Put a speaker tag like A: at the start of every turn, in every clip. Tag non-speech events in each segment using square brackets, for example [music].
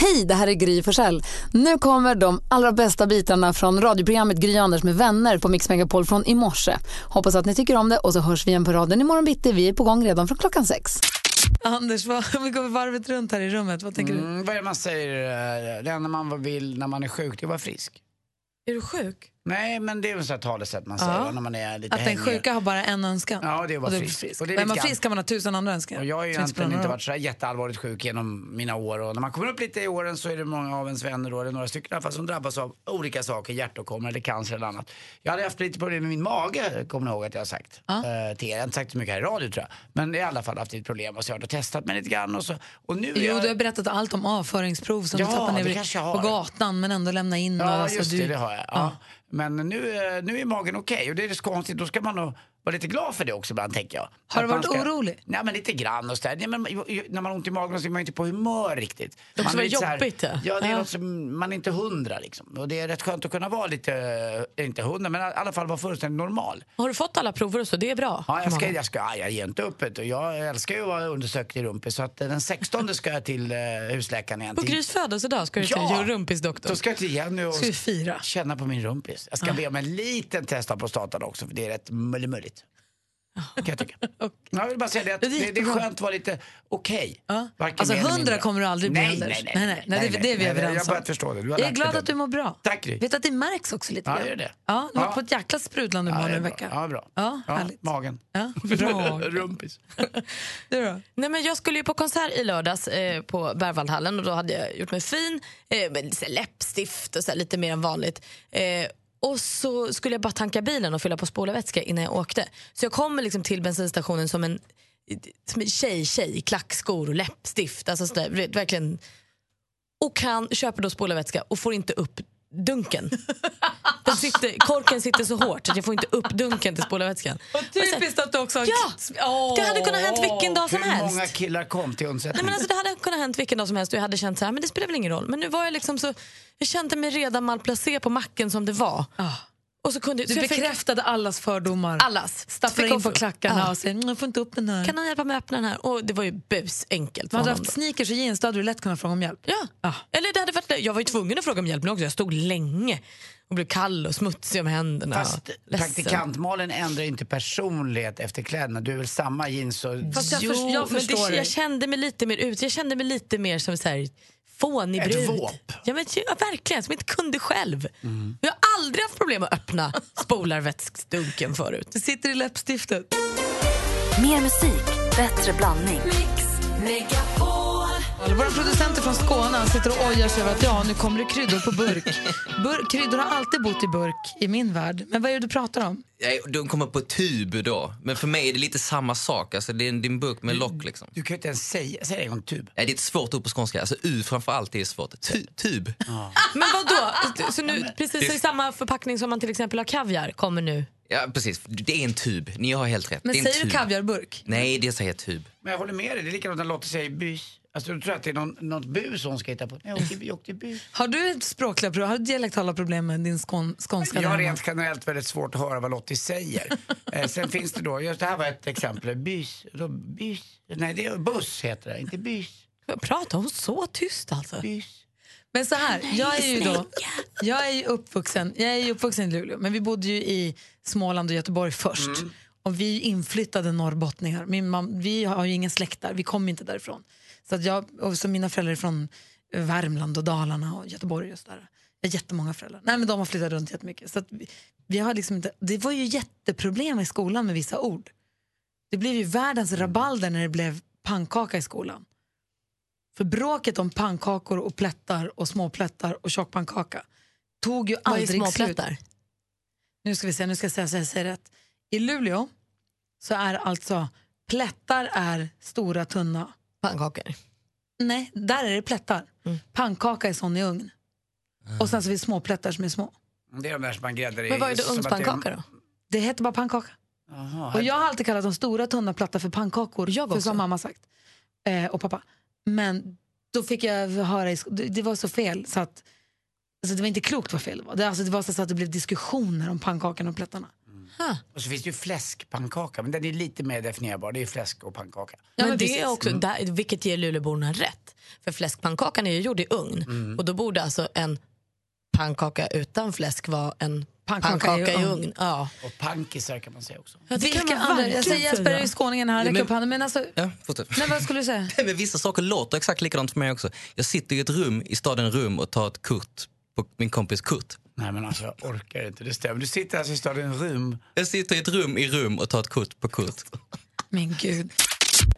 A: Hej, det här är Gry Forssell. Nu kommer de allra bästa bitarna från radioprogrammet Gry Anders med vänner på Mix Megapol från i morse. Hoppas att ni tycker om det och så hörs vi igen på raden imorgon bitti. Vi är på gång redan från klockan sex.
B: Anders, vad, [laughs] om vi går varvet runt här i rummet, vad tänker
C: Mm, vad är det man säger? eh, Det enda man vill när man är sjuk, det är att vara frisk.
B: du? Är du sjuk?
C: Nej, men det är väl så här talesätt man
B: Ja.
C: säger va, när man är lite
B: Att den
C: hängig.
B: sjuka har bara en önskan?
C: Ja, det är att vara
B: Och du
C: frisk.
B: frisk.
C: Och det är
B: Men är man
C: lite
B: frisk kan man ha tusen andra Typ önskningar.
C: Och jag har ju
B: Så det spelar
C: egentligen
B: någon
C: inte
B: roll.
C: varit så här jätteallvarligt sjuk genom mina år och när man kommer upp lite i åren så är det många av ens vänner då, eller några stycken i alla fall, som drabbas av olika saker, hjärtåkommor eller cancer eller annat. Jag hade haft lite problem med min mage, kommer ni ihåg att jag har sagt eh, till er. Jag har inte sagt så mycket här i radio tror jag, men i alla fall haft lite problem och så har jag testat mig lite grann och så. Och nu är
B: Jo,
C: jag...
B: du har berättat allt om avföringsprov som du
C: Ja,
B: tappade
C: det
B: ner
C: kanske jag har.
B: på gatan men ändå lämna in. och
C: Ja,
B: alltså,
C: just
B: du-
C: det, det har jag. Ja. Men nu, eh, nu är magen okej och det är så konstigt. Då ska man nog vara lite glad för det också ibland, tänker jag.
B: Har du
C: Att man
B: varit orolig?
C: Nej, men lite grann och sådär. Nej, men, ju- ju- när man har ont i magen så är man ju inte på humör riktigt. Det
D: också väldigt jobbigt,
C: Ja,
D: ja.
C: det är
D: Ja.
C: något som man är inte hundra liksom. Och det är rätt skönt att kunna vara lite, eh, inte hundra, men i alla fall vara fullständigt normal.
D: Har du fått alla prover och så? Det är bra.
C: Ja, jag, ska,
D: Många.
C: jag, ska, ja, jag ger inte upp. vet du. Jag älskar ju att vara undersökt i rumpen så att eh, den 16 ska jag till eh, husläkaren igen.
D: På
C: till-
D: Grys födelsedag ska du till
C: Ja!
D: ja. rumpisdoktorn.
C: Då ska jag till Jenny och
B: Ska vi fira?
C: känna på min rumpis. Jag ska be om en liten test av prostatan också för det är rätt mullimulligt. Kan jag
B: [laughs]
C: tycka. Jag vill bara säga det att
B: är
C: det, det är
B: jättebra.
C: skönt att vara lite okej.
B: Ja.
C: Varken
B: Alltså
C: mer eller
B: hundra
C: mindre.
B: kommer du aldrig bli
C: nej,
B: Anders.
C: Nej, nej, nej.
B: nej, nej, det, det är vi
C: nej, nej,
B: överens om.
C: Jag har börjat förstå det. Du har
B: jag är
C: lagt
B: glad
C: det
B: att du mår bra.
C: Tack, Gry.
B: Vet att det märks också lite
C: Ja,
B: grann.
C: gör det.
B: Ja, du har
C: Ja.
B: varit på ett jäkla sprudlande humör
C: Ja,
B: nu
C: det
B: en
C: är bra.
B: vecka.
C: Ja, bra.
B: Ja,
C: Ja,
B: härligt.
C: Magen. [laughs]
B: Ja, bra.
C: Rumpis.
B: Du då?
D: Nej, men jag skulle ju på konsert i lördags eh, på Berwaldhallen och då hade jag gjort mig fin eh, med lite läppstift och så här, lite mer än vanligt. Eh, och så skulle jag bara tanka bilen och fylla på spolarvätska innan jag åkte. Så jag kommer liksom till bensinstationen som en, som en tjej-tjej i klackskor och läppstift. Alltså så där, du vet, verkligen. Och kan, köper då spolarvätska och får inte upp dunken. Den sitter, korken sitter så hårt att jag får inte upp dunken till spolarvätskan.
B: Typiskt att du också har...
D: Ja!
B: Åh.
D: Det hade kunnat hänt vilken dag som
C: Hur
D: helst.
C: många killar kom till
D: Nej,
C: undsättning?
D: men alltså, det hade kunnat hänt vilken dag som helst och jag hade känt så här, men det spelar väl ingen roll. Men nu var jag liksom så, jag kände mig redan malplacé på macken som det var.
B: Ah.
D: Och så kunde,
B: Du
D: så jag fick
B: bekräftade allas fördomar.
D: allas.
B: Stapplar
D: Fick
B: in på
D: off-
B: klackarna
D: Ja.
B: och säger "Mm, jag får inte upp den här.
D: Kan någon hjälpa mig att öppna den här? Och det var ju busenkelt. för
B: man hade
D: honom
B: haft
D: då.
B: sneakers och jeans då hade du lätt kunnat fråga om hjälp.
D: Ja. Eller det hade varit, jag var ju tvungen att fråga om hjälp nu också. Jag stod länge och blev kall och smutsig om händerna.
C: Fast
D: och ledsen.
C: praktikantmalen ändrar inte personlighet efter kläderna. Du är väl samma jeans och...
B: Fast jag,
D: Jo,
B: förs- jag
D: men
B: förstår
D: det,
B: dig.
D: jag kände mig lite mer ut. Jag kände mig lite mer som så här fånig
C: Ett
D: brud.
C: våp.
D: Ja, men, ja, verkligen, som inte kunde själv.
B: Mm.
D: Jag har aldrig haft problem att öppna [laughs] spolarvätsksdunken förut.
B: Det sitter i läppstiftet.
E: Mer musik, bättre blandning.
B: Våra producenter från Skåne han sitter och ojar sig över att ja, nu kommer det kryddor på burk. burk. Kryddor har alltid bott i burk i min värld. Men vad är det du pratar om?
F: Nej, de kommer på tub då. Men för mig är det lite samma sak. Alltså, det är en- det är en burk med lock liksom.
C: Du kan ju inte ens säga... Säg det en gång, typ. tub.
F: Nej, det är ett svårt ord på skånska. Alltså U framför allt är svårt. Tu, tub.
D: Men vad då? Så nu, precis i samma förpackning som man till exempel har kaviar kommer nu.
F: Ja, precis. Det är en tub. Ni har helt rätt.
B: Men
F: det är en
B: säger du
F: tub.
B: kaviarburk?
F: Nej, det säger jag tub.
C: Men jag håller med dig, det är likadant när Lotta säger bus. Alltså du tror att det är någon, något bus hon ska hitta på. Nej, jag åkte, jag åkte bus.
B: Har du ett språkliga problem, har du dialektala problem med din skån, skånska?
C: Jag
B: där
C: har
B: hemma?
C: rent generellt väldigt svårt att höra vad Lottie säger. eh, sen finns det då, just det här var ett exempel, bus, då, bus, nej det är buss heter det, inte bus,
D: Pratar hon så tyst alltså?
C: bus.
B: Men så här, jag är ju då, jag är ju uppvuxen, jag är ju uppvuxen i Luleå, men vi bodde ju i Småland och Göteborg först. Och vi är ju inflyttade norrbottningar. Min mam, vi har ju ingen släkt där, vi kom inte därifrån. Så att jag, och så mina föräldrar är från Värmland och Dalarna och Göteborg och sådär. Jag har jättemånga föräldrar. Nej men de har flyttat runt jättemycket. Så att vi, vi har liksom inte, det var ju jätteproblem i skolan med vissa ord. Det blev ju världens
D: Mm.
B: rabalder när det blev pannkaka i skolan. För bråket om pannkakor och plättar och småplättar och tjockpannkaka tog ju
D: Vad är
B: aldrig slut.
D: småplättar?
B: Nu ska vi se, nu ska jag säga så jag säger rätt. I Luleå så är alltså plättar är stora tunna.
D: Pannkakor.
B: Nej, där är det plättar.
D: Mm.
B: Pannkaka är sån i ugn. Och
D: Ah.
B: sen så finns småplättar som är små.
C: Det är de där som man gräddar i.
D: Men vad är det
C: som att
D: ugnspannkaka då?
B: Det heter bara pannkaka. Och jag har alltid kallat de stora tunna platta för pannkakor.
D: Jag
B: för
D: också.
B: som mamma sagt. Eh, och pappa. Men då fick jag höra, i sk- det det var så fel så att Alltså det var inte klokt vad fel det var. Det, alltså det var så att det blev diskussioner om pannkakan och plättarna.
C: Och så finns det ju fläskpannkaka, men den är lite mer definierbar. Det är ju fläsk och pannkaka.
D: Ja, men
B: precis.
D: det är mm. också, där, vilket ger luleborna rätt. För fläskpannkakan är ju gjord i ugn. Och då borde alltså en pannkaka utan fläsk vara en
B: Pannkaka
D: pannkaka,
B: i
D: i
B: ugn.
D: ugn. Ja.
C: Och pankisar kan man säga också.
B: Vilka andra? Jag säger Jesper är ju skåningen här, räcker
F: men-
B: upp handen. Men alltså,
F: Ja, fortsätt.
B: nej, vad skulle du säga?
F: Nej, men vissa saker låter exakt likadant för mig också. Jag sitter i ett rum i staden Rum och tar ett kort på min kompis Kurt.
C: Nej men alltså jag orkar inte, det stämmer. Du sitter alltså i staden Rum.
F: Jag sitter i ett rum i rum och tar ett kort på Kurt.
B: Min gud.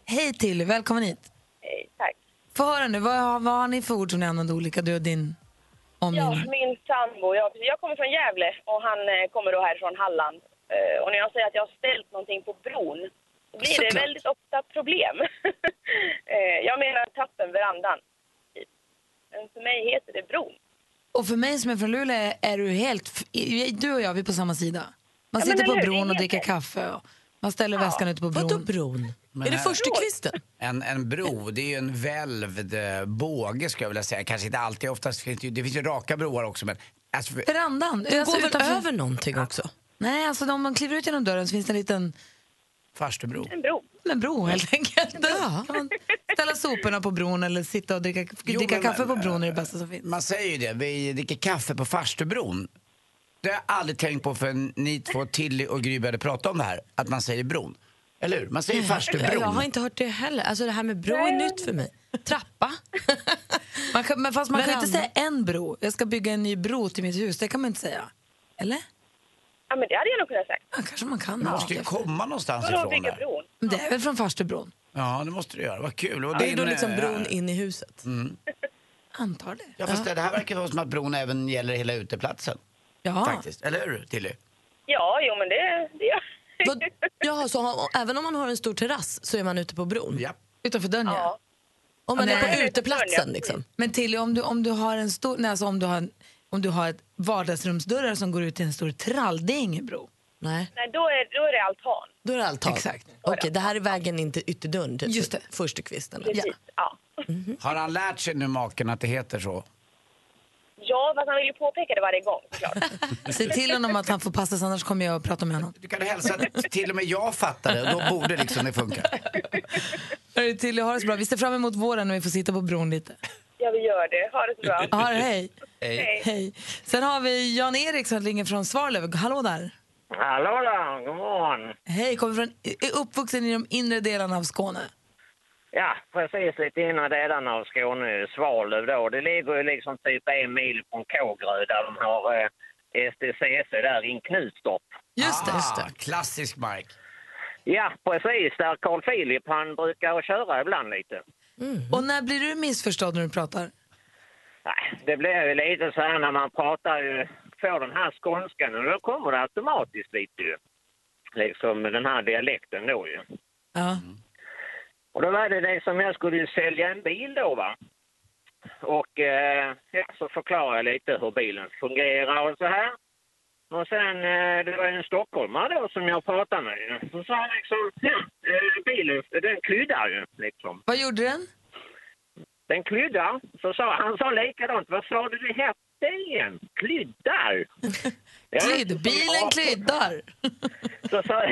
B: Hej Tilly, välkommen hit. Hej, tack. Få höra nu, vad, vad har ni för ord som ni använder olika, du och din
G: Ja,
B: omgivning?
G: min sambo. Jag, jag kommer från Gävle och han eh, kommer då härifrån Halland. Eh, och när jag säger att jag har ställt någonting på bron så blir det
B: Såklart.
G: väldigt ofta problem. eh, jag menar tappen, verandan. typ. Men för mig heter det bron.
B: Och för mig som är från Luleå är du helt... f- i- Du och jag, vi är på samma sida. Man
G: Ja,
B: sitter
G: men
B: på
G: eller hur? Det är
B: bron och
G: ingen-
B: dricker kaffe. Och man ställer väskan ute på
D: [laughs] Vadå
B: bron.
D: bron?
C: Men
D: är det
C: här-
D: förstukvisten?
C: En, en bro, det är ju en välvd eh, båge skulle jag vilja säga. Kanske inte alltid, oftast finns det ju, det finns ju raka broar också men alltså, för-
B: Verandan.
D: Den
B: alltså
D: går väl
B: utanför-
D: över någonting också?
B: Nej, alltså om man kliver ut genom dörren så finns det en liten
C: farstubro.
G: En bro.
B: en bro helt enkelt.
D: Ja.
B: Kan man ställa soporna på bron eller sitta och dricka,
C: Jo,
B: dricka
C: men-
B: kaffe på bron är det bästa som finns.
C: Man säger ju det, vi dricker kaffe på farstubron. Det har jag aldrig tänkt på förrän ni två, Tilly och Gry började prata om det här, att man säger bron. Eller hur? Man säger
D: Mm. Jag, jag har
C: farstubron.
D: inte hört det heller. Alltså det här med bro är nytt för mig. [laughs] Trappa?
B: Man kan, men fast man kan ju inte
D: Veranda.
B: säga en bro. Jag ska bygga en ny bro till mitt hus. Det kan man inte säga. Eller?
G: Ja, men det hade jag nog kunnat säga.
B: Ja, kanske man kan.
C: Det måste ju komma någonstans
G: Vadå
C: ifrån
G: bygga
C: där.
G: bron?
B: Men det är väl från farstubron?
C: Ja, det måste du göra. Vad kul. Och
D: Det är då
C: din,
D: liksom
C: eh,
D: bron in i huset.
B: Antar det.
C: Mm. Ja, fast det det här verkar vara som att bron även gäller hela uteplatsen.
B: Ja.
C: Faktiskt. Eller hur, Tilly?
G: Ja, jo men det, det gör
D: Vad, ja, så har, även om man har en stor terrass så är man ute på bron?
C: Ja.
B: Utanför dörren, ja.
G: Ja.
D: Om man är
B: Nej.
D: på uteplatsen liksom?
B: Men Tilly, om du, om du har en stor... Nej, alltså om du har, om du har ett vardagsrumsdörrar som går ut till en stor trall, det är ingen bro.
D: Nej,
G: Nej, då är, då är det altan.
D: då är det altan.
B: Exakt.
D: Okej, det här är vägen in till ytterdörren, typ.
B: Just det.
D: Förstukvisten.
G: Precis. Ja. Ja.
C: Har han lärt sig nu maken att det heter så?
G: ja, fast han vill ju påpeka det varje gång såklart.
B: Se till honom att han får passas, annars kommer jag att prata med honom.
C: Du kan hälsa att till och med jag fattar det och då borde liksom det funka.
B: [laughs] Hörru, Tilly, ha det så bra. Vi ser fram emot våren när vi får sitta på bron lite.
G: Ja, vi gör det. Ha det så bra.
B: Ja, hej.
G: Hej.
B: Hej. Sen har vi Jan-Erik som ringer från Svarlöv. Hallå där.
G: Hallå då, god morgon.
B: Hej, kommer från, är uppvuxen i de inre delarna av Skåne.
G: Ja, precis lite innan delarna av Skåne, Svalöv då. Det ligger ju liksom typ en mil från Kågerö där de har eh, STCC där in Knutstorp.
B: Just det. Just det.
C: Ah, klassisk Mike.
G: Ja, precis där Carl Philip han brukar köra ibland lite.
B: Och när blir du missförstådd när du pratar?
G: Nej, det blir ju lite så här när man pratar ju, får den här skånskan och då kommer det automatiskt lite ju. Liksom den här dialekten då ju.
B: Ja.
G: Och då var det det som jag skulle sälja en bil då va. Och eh, ja, så förklarade jag lite hur bilen fungerar och så här. Och sen, eh, det var en stockholmare då som jag pratade med. ju. Så sa han liksom, ja, eh, bilen den kryddar ju liksom.
B: Vad gjorde den?
G: Den kryddar. Så sa han sa likadant, vad sa du det hette igen?
B: [laughs]
G: Kryddar. Ja,
B: Krydd. Bilen
G: ja,
B: kryddar. [laughs]
G: så sa,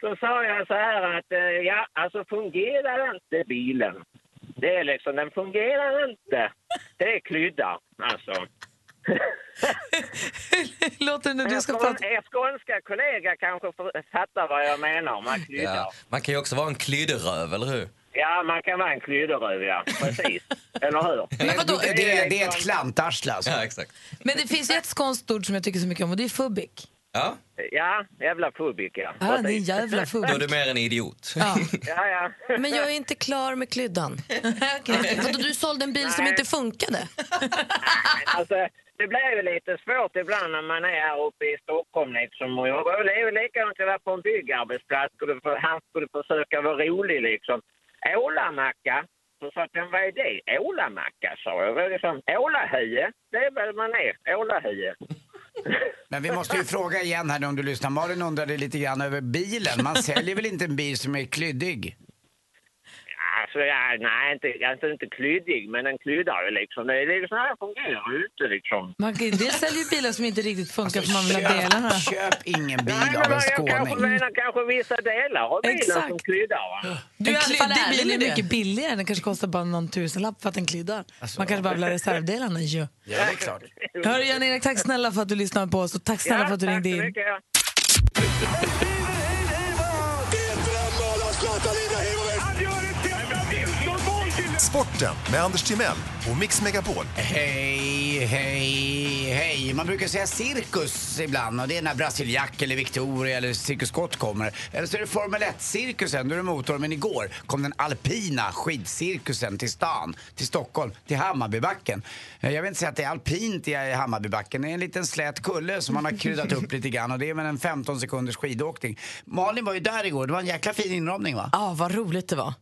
G: så sa jag så här att eh, ja, alltså fungerar inte bilen. Det är liksom, den fungerar inte. Det är krydda, alltså.
B: Låter det när du ska
G: En
B: prata?
G: skån- En skånska kollega kanske för- fattar vad jag menar med krydda.
F: Ja.
G: Ja.
F: Man kan ju också vara en klydderöv, eller hur?
G: man kan vara en krydderöv, ja. Precis. Eller hur?
C: Men
B: vadå,
C: det, det, det är ett klantarsle
F: [laughs]
C: alltså.
F: Ja, exakt.
B: Men det finns ju ett skånskt ord som jag tycker så mycket om och det är fubbik.
F: Ja,
G: Ja, jävla fubik, ja.
B: Ja, det är en
G: Precis.
B: jävla
F: då är du
B: fubbik.
F: mer en idiot. [laughs]
B: Ja.
G: Ja, ja.
D: Men jag är inte klar med klyddan.
B: [laughs] Okej.
D: Vadå, du sålde en bil som
G: Nej.
D: inte funkade?
G: Alltså, det blir ju lite svårt ibland när man är här uppe i Stockholm. Liksom. Och jag och det är ju likadant att vara på en byggarbetsplats. Skulle för, han skulle försöka vara rolig. Liksom. Ålamacka. Så sa jag, vad är det? Ålamacka, sa jag. Det var liksom, Ålahöje, det är väl man är. Ålahöje.
C: Men vi måste ju fråga igen här nu om du lyssnar. Malin undrade lite grann över bilen. Man säljer väl inte en bil som är klyddig?
G: Alltså, ja, nej, inte, alltså inte klyddig, men den kryddar ju liksom. Det är liksom, så här fungerar ju inte liksom.
B: Man kan, det säljer ju bilar som inte riktigt funkar för man vill ha
C: Alltså,
B: delarna.
C: Köp ingen bil
G: Nej,
C: av
G: men
C: en
G: jag kanske
C: skåning.
G: menar kanske vissa delar av bilen
B: Exakt.
G: som kryddar. Va?
B: Du en
D: är i alla fall
B: klyddig
D: ärlig
B: bil är
D: med det.
B: mycket billigare. Den kanske kostar bara någon tusenlapp för att den kryddar.
C: Alltså.
B: Man kanske bara vill ha reservdelarna ju.
C: Ja, det är klart.
B: Hörru Jan-Erik, tack snälla för att du lyssnade på oss och tack snälla
G: Ja,
B: för att du
G: tack
B: ringde
G: så
B: in.
G: mycket, ja.
H: Sporten med Anders Timell och Mix Megapol.
C: Hej, hej, hej. Man brukar säga cirkus ibland och det är när Brasiliak eller Victoria eller Cirkus Scott kommer. Eller så är det Formel 1-cirkusen, då är det motor. Men igår kom den alpina skidcirkusen till stan, till Stockholm, till Hammarbybacken. Eh, Jag vill inte säga att det är alpint i eh, Hammarbybacken, det är en liten slät kulle som man har kryddat upp lite grann och det är väl en 15 sekunders skidåkning. Malin var ju där igår, det var en jäkla fin inramning va?
D: Ja, vad roligt det var.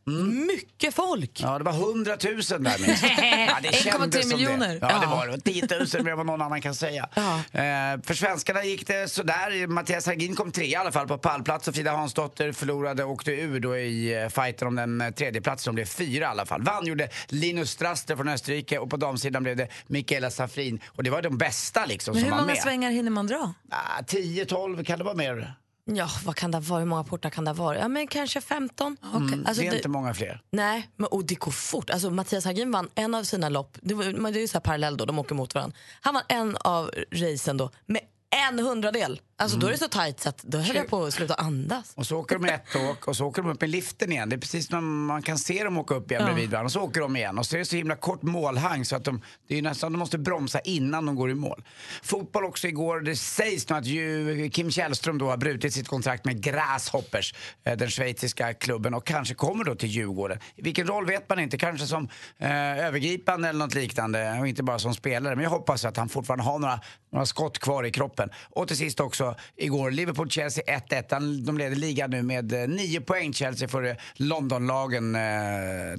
D: Mycket folk.
C: Ja, det var 100 000 där minst.
B: [laughs]
C: Ja, det
B: 1,3
C: kändes som
B: miljoner.
C: Det. Ja, det
D: Ja.
C: var det. Och 10 000 mer än vad någon annan kan säga. Eh, för svenskarna gick det sådär. Mattias Hagin kom tre i alla fall på pallplats och Frida Hansdotter förlorade och åkte ur då i eh, fighten om den eh, tredje platsen. De blev fyra i alla fall. Vann gjorde Linus Strasser från Österrike och på damsidan blev det Mikaela Safrin. Och det var de bästa liksom
B: Men
C: som
B: hur
C: var
B: många
C: med.
B: svängar hinner man dra?
C: Ah, 10, 12, kan det vara mer?
D: Ja, vad kan det vara? Hur många portar kan det vara? Ja, men kanske 15.
C: Mm,
D: Alltså,
C: det är
D: det-
C: inte många fler.
D: Nej, men och det går fort. Alltså, Mattias Hagin vann en av sina lopp. Det, var, men det är ju så här parallell då, de åker mot varandra. Han vann en av racen då med en hundradel. Alltså då är det så tajt så att då höll jag på att sluta andas.
C: Och så åker de ett åk och så åker de upp i liften igen. Det är precis som man kan se dem åka upp igen bredvid varandra. Och så åker de igen. Och så är det så himla kort målhang så att de, det är ju nästan, de måste bromsa innan de går i mål. Fotboll också igår. Det sägs nu att ju Kim Källström då har brutit sitt kontrakt med Grasshoppers, eh, den schweiziska klubben, och kanske kommer då till Djurgården. I Vilken roll vet man inte. Kanske som eh, övergripande eller något liknande och inte bara som spelare. Men jag hoppas att han fortfarande har några, några skott kvar i kroppen. Och till sist också igår, Liverpool-Chelsea 1-1. Han- De leder ligan nu med eh, nio poäng, Chelsea, före Londonlagen eh,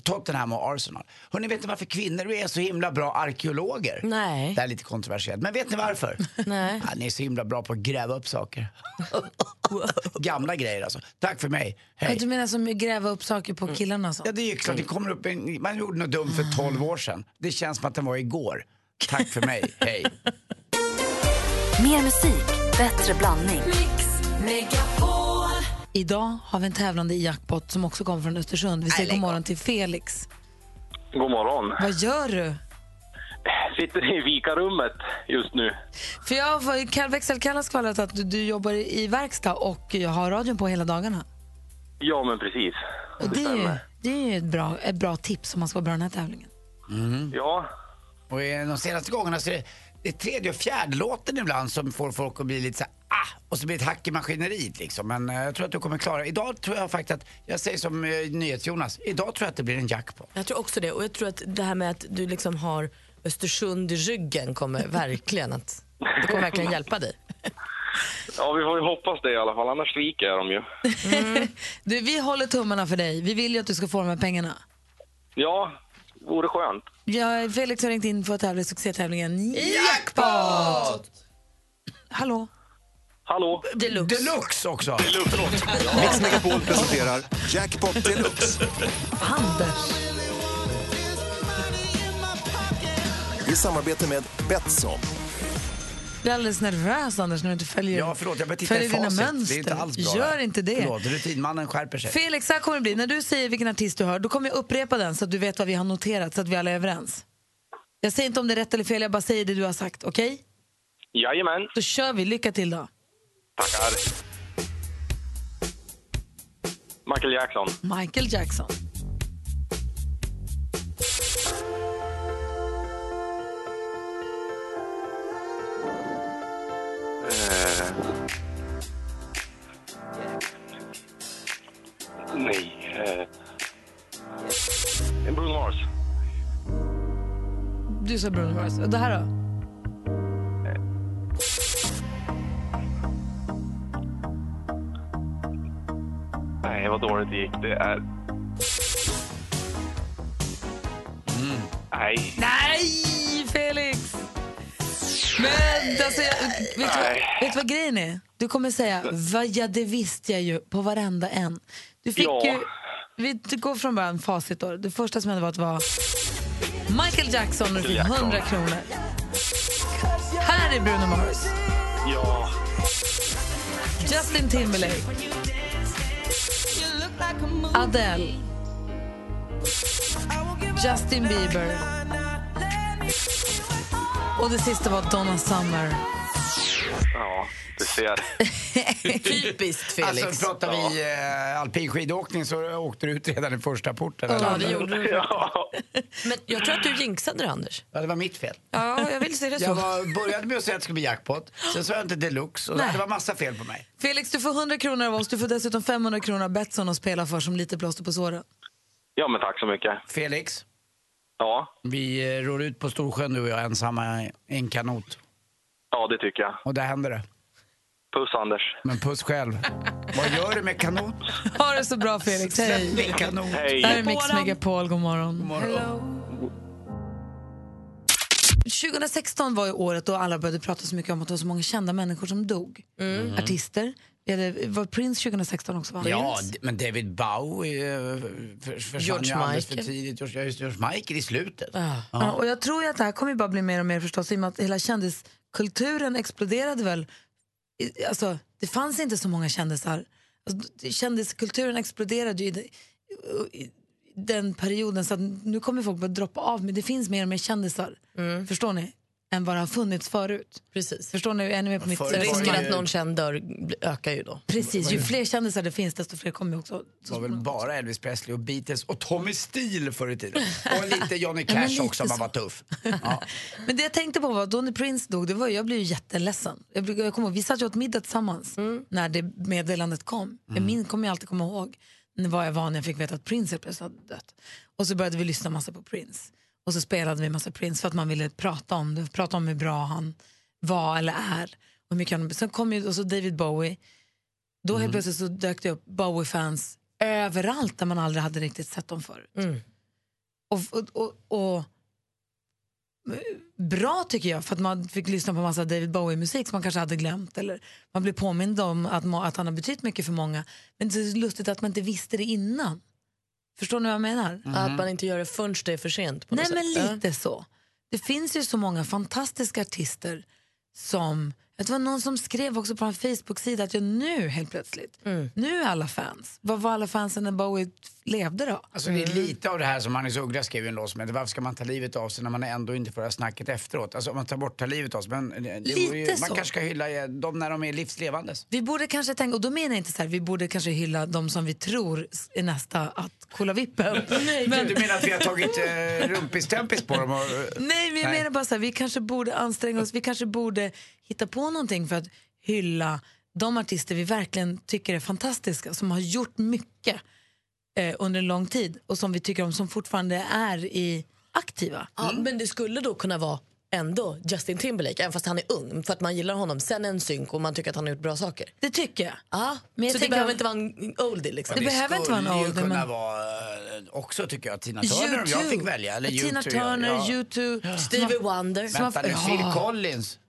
C: Tottenham och Arsenal. Hörrni, vet ni varför kvinnor är så himla bra arkeologer?
D: Nej.
C: Det här är lite kontroversiellt, men vet ni varför?
D: [laughs] Nej.
C: Ja, ni är så himla bra på att gräva upp
D: [laughs]
C: saker. Gamla grejer alltså. Tack för mig. Hej.
B: Ja, Du menar som gräva upp saker på killarna? alltså? Så.
C: Mm. Ja, det är ju klart. Det kommer upp en, man gjorde något dumt för 12 år sedan. Det känns som att den var igår. Tack för mig. Hej.
E: Mer musik, bättre blandning.
B: Idag har vi en tävlande i jackpot som också kommer från Östersund. Vi säger god morgon till Felix.
I: God morgon.
B: Vad gör
C: [laughs]
B: du?
I: Sitter i vikarummet just nu.
B: För jag har Kall- växelkalla skvallrat att du, du jobbar i verkstad och jag har radion på hela dagarna.
I: Ja, men precis.
B: Och det är ju,
I: stämmer.
B: det är ju ett, bra, ett bra tips om man ska vara bra i den här tävlingen.
I: Ja,
C: Och eh, de senaste gångerna så är det, det är tredje och fjärde låten ibland som får folk att bli lite så här, ah! Och så blir det ett hack i maskineriet liksom. Men eh, jag tror att du kommer klara det. Idag tror jag faktiskt att, jag säger som eh, NyhetsJonas, idag tror jag att det blir en jackpot.
D: Jag tror också det. Och jag tror att det här med att du liksom har Östersund i ryggen
B: [laughs]
D: kommer verkligen att det kommer verkligen hjälpa dig.
I: ja vi får ju hoppas det i alla fall. Annars sviker jag dem ju.
B: Du, vi håller tummarna för dig. Vi vill ju att du ska få de här pengarna.
I: Ja, vore skönt.
B: Jag, Felix har ringt in för att tävla i succétävlingen Jackpot! Hallå?
I: Hallå?
D: Deluxe.
C: Deluxe också!
H: Mix Megapol presenterar Jackpot Deluxe.
B: Anders!
H: I samarbete med Betsson.
B: Jag är alldeles nervös Anders när du inte följer,
C: Ja, förlåt, jag börjar titta i
B: följer dina
C: facit.
B: mönster.
C: Det är inte alls bra.
B: Gör inte det.
C: Förlåt, rutinmannen skärper sig.
B: Felix, så här kommer det bli. När du säger vilken artist du hör, då kommer jag upprepa den så att du vet vad vi har noterat, så att vi alla är överens. Jag säger inte om det är rätt eller fel, jag bara säger det du har sagt. Okej?
I: Jajamän.
B: Då kör vi. Lycka till då.
I: Tackar. Michael Jackson.
B: Michael Jackson.
I: Eh. Nej. Eh. Bruno Mars.
B: Du sa Bruno Mars. Och det här då?
I: Nej, vad dåligt det gick. Det är... Nej.
B: Nej, Felix! Men alltså, jag, vet, du, vad-
I: Nej.
B: vet du vad grejen är? Du kommer säga, vad, ja det visste jag ju på varenda en. Du fick
I: Ja.
B: ju, vi du går från början, facit då. Det första som hände var att det var Michael Jackson och du fick
I: Michael Jackson.
B: 100 kronor. Här är Bruno Mars,
I: Ja.
B: Justin Timberlake, Adele, Justin Bieber och det sista var Donna Summer.
I: Ja, du ser.
D: Typiskt
C: Alltså pratar vi eh, alpinskidåkning så åkte du ut redan i första porten.
D: Ja,
C: eller?
D: Alltså, det gjorde du. Men jag tror att du jinxade det, Anders.
C: Ja, det var mitt fel.
D: Ja, jag vill se det så.
C: Jag var, började med att säga att det skulle bli jackpot, sen sa jag inte deluxe och
B: Nej.
C: det var massa fel på mig.
B: Felix, du får 100 kronor av oss. Du får dessutom 500 kronor av Betsson att spela för som lite plåster på såren.
I: Ja, men tack så mycket.
C: Felix?
I: Ja.
C: Vi eh, ror ut på Storsjön du och jag ensamma i en kanot.
I: Ja, det tycker jag.
C: Och där händer det.
I: Puss, Anders.
C: Men puss själv. Vad gör du med kanot?
B: Ha det så bra Felix, hej!
C: Släpp min kanot. Hej.
B: Det här är Mix Megapol, god morgon. God
C: morgon.
B: 2016 var ju året då alla började prata så mycket om att det var så många kända människor som dog.
C: Mm.
B: Artister. Vi hade, var Prince 2016 också? Va?
C: Ja, d- men David Bowie eh, för- försvann
B: George
C: ju alldeles för
B: Michael.
C: tidigt. George, just George Michael i slutet.
B: Ja, och jag tror ju att det här kommer ju bara bli mer och mer förstås i och med att hela kändiskulturen exploderade väl. I- Alltså, det fanns inte så många kändisar. Alltså, d- kändiskulturen exploderade ju i de- i den perioden så att nu kommer folk börja droppa av men det finns mer och mer kändisar. Förstår ni? Än vad det har funnits förut.
D: Precis.
B: Förstår ni? Är ni med på mitt
D: Risken
B: resonemang?
D: att någon känd dör ökar ju då.
B: Precis, ju fler kändisar det finns desto fler kommer också.
C: Det var väl bara Elvis Presley och Beatles och Tommy Steele förr i
B: [laughs]
C: tiden. Och lite Johnny
B: Ja, men
C: Cash
B: lite
C: också om han
B: så.
C: var
B: [laughs]
C: tuff.
B: Men det jag tänkte på var att då när Prince dog, det var, jag blev ju jätteledsen. Jag, blev, jag kommer ihåg, vi satt ju åt middag tillsammans
D: Mm.
B: när det meddelandet kom. Jag min, kommer jag alltid komma ihåg när- vad jag var när jag fick veta att Prince helt plötsligt hade dött. Och så började vi lyssna massa på Prince. Och så spelade vi massa Prince för att man ville prata om det, prata om hur bra han var eller är. Och hur mycket han, sen kom ju och så David Bowie. Då
D: Mm.
B: helt plötsligt så dök det upp Bowie-fans överallt där man aldrig hade riktigt sett dem förut.
D: Mm.
B: Och, och, och, och bra tycker jag för att man fick lyssna på massa David Bowie-musik som man kanske hade glömt eller man blev påmind om att, ma- att han har betytt mycket för många. Men det är så lustigt att man inte visste det innan. Förstår ni vad jag menar?
D: Att man inte gör det förrän det är för sent. På något
B: Mm. Nej men
D: sätt.
B: lite så. Det finns ju så många fantastiska artister som, det var någon som skrev också på en Facebook-sida att jag nu helt plötsligt, nu är alla fans. Vad var alla fansen när Bowie levde då?
C: Alltså det är
B: Mm.
C: lite av det här som Magnus Uggla skrev i en låt som heter Varför ska man ta livet av sig när man ändå inte får höra snacket efteråt? Alltså om man tar bort ta livet av sig. Men det, det vore ju,
B: Lite
C: man
B: så.
C: kanske ska hylla eh, dem när de är livslevandes.
B: Vi borde kanske tänka, och då menar jag inte så här, vi borde kanske hylla de som vi tror s- är nästa att kolla vippen.
C: Nej, men... Du menar att vi har tagit
B: [laughs]
C: eh, rumpis-tempis på dem? Och, eh,
B: Nej, men jag menar bara så här, vi kanske borde anstränga oss, vi kanske borde hitta på någonting för att hylla de artister vi verkligen tycker är fantastiska, som har gjort mycket eh, under en lång tid och som vi tycker om, som fortfarande är i aktiva. Mm.
D: Ja, men det skulle då kunna vara ändå Justin Timberlake, även fast han är ung. För att man gillar honom. Sen en synk och man tycker att han har gjort bra saker.
B: Det tycker jag.
D: Ja,
B: Men jag
D: så det
B: tänker-
D: behöver inte vara en oldie liksom.
C: Men
B: behöver inte vara en
C: skulle ju
B: ålder,
C: kunna
B: men-
C: vara eh, också tycker jag Tina Turner om jag
B: U2.
C: fick välja. Eller
B: Tina
C: U2, ja.
B: Turner,
C: Ja.
B: U2.
D: Stevie Wonder.
B: Som
C: Vänta
B: har-
C: nu, Phil
B: Ja.
C: Collins.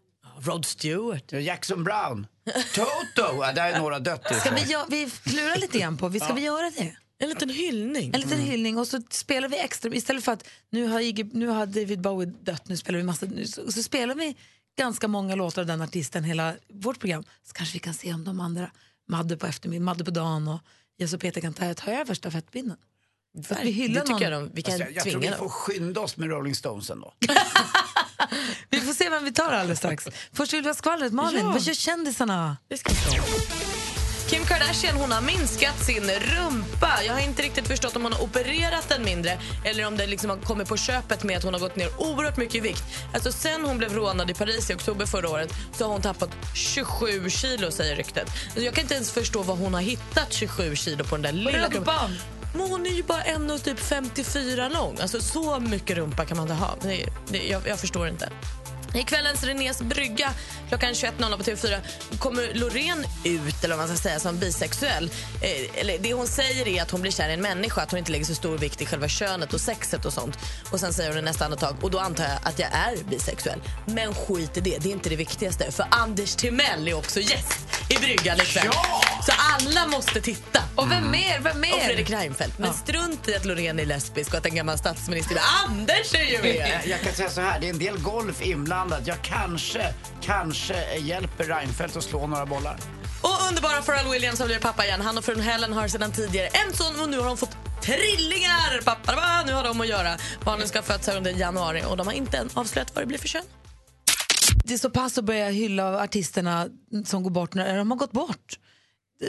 D: Rod Stewart.
C: Jackson Brown. Toto! Ja, där är några dött.
B: Ska vi, gö- vi klurar lite grann på, vi- ska vi göra det?
D: En liten hyllning.
B: En
C: Mm.
B: liten hyllning och så spelar vi extra, istället för att nu har, Iggy, nu har David Bowie dött, nu spelar vi massa, nu, så, så spelar vi ganska många låtar av den artisten hela vårt program. Så kanske vi kan se om de andra, Madde på eftermiddagen, Madde på dagen och Jess och Peter kan ta, ta över stafettpinnen. För att vi hyllar
D: det tycker jag
B: någon.
D: de, vi kan
C: Fast Alltså, jag, jag tror vi
D: tvinga
C: får
D: dem.
C: skynda oss med Rolling Stones ändå.
B: Vi får se vem vi tar alldeles strax. Först vill vi ha skvallret, Malin,
D: Ja.
B: vad gör kändisarna?
D: Det ska vi ta. Kim Kardashian hon har minskat sin rumpa. Jag har inte riktigt förstått om hon har opererat den mindre eller om det liksom har kommit på köpet med att hon har gått ner oerhört mycket i vikt. Alltså sen hon blev rånad i Paris i oktober förra året så har hon tappat 27 kilo säger ryktet. Alltså jag kan inte ens förstå vad hon har hittat 27 kilo på den där lilla
B: Rumpan!
D: Men hon är ju bara en och typ 54 lång. Alltså så mycket rumpa kan man inte ha. Det, det, jag, jag förstår inte. I kvällens Renés brygga klockan 21.00 på TV4 kommer Loreen ut, eller vad man ska säga, som bisexuell. Eh, eller det hon säger är att hon blir kär i en människa, att hon inte lägger så stor vikt i själva könet och sexet och sånt. Och sen säger hon i nästa andetag, och då antar jag att jag är bisexuell. Men skit i det, det är inte det viktigaste. För Anders Timell är också gäst i bryggan ikväll. Så alla måste titta.
B: Och vem mer? Vem mer?
D: Och Fredrik Reinfeldt. Men strunt i att Loreen är lesbisk och att en gammal statsminister Anders är
B: [laughs]
D: ju med!
C: Eh, Jag kan säga så här, det är en del golf inblandat. Jag kanske, kanske hjälper Reinfeldt att slå några bollar.
D: Och underbara Pharrell Williams som blir pappa igen. Han och frun Helen har sedan tidigare en son och nu har de fått trillingar! Pappa, va? nu har de att göra. Barnen ska födas här under januari och de har inte än avslöjat vad det blir för kön.
B: Det är så pass att börja hylla artisterna som går bort när de har gått bort.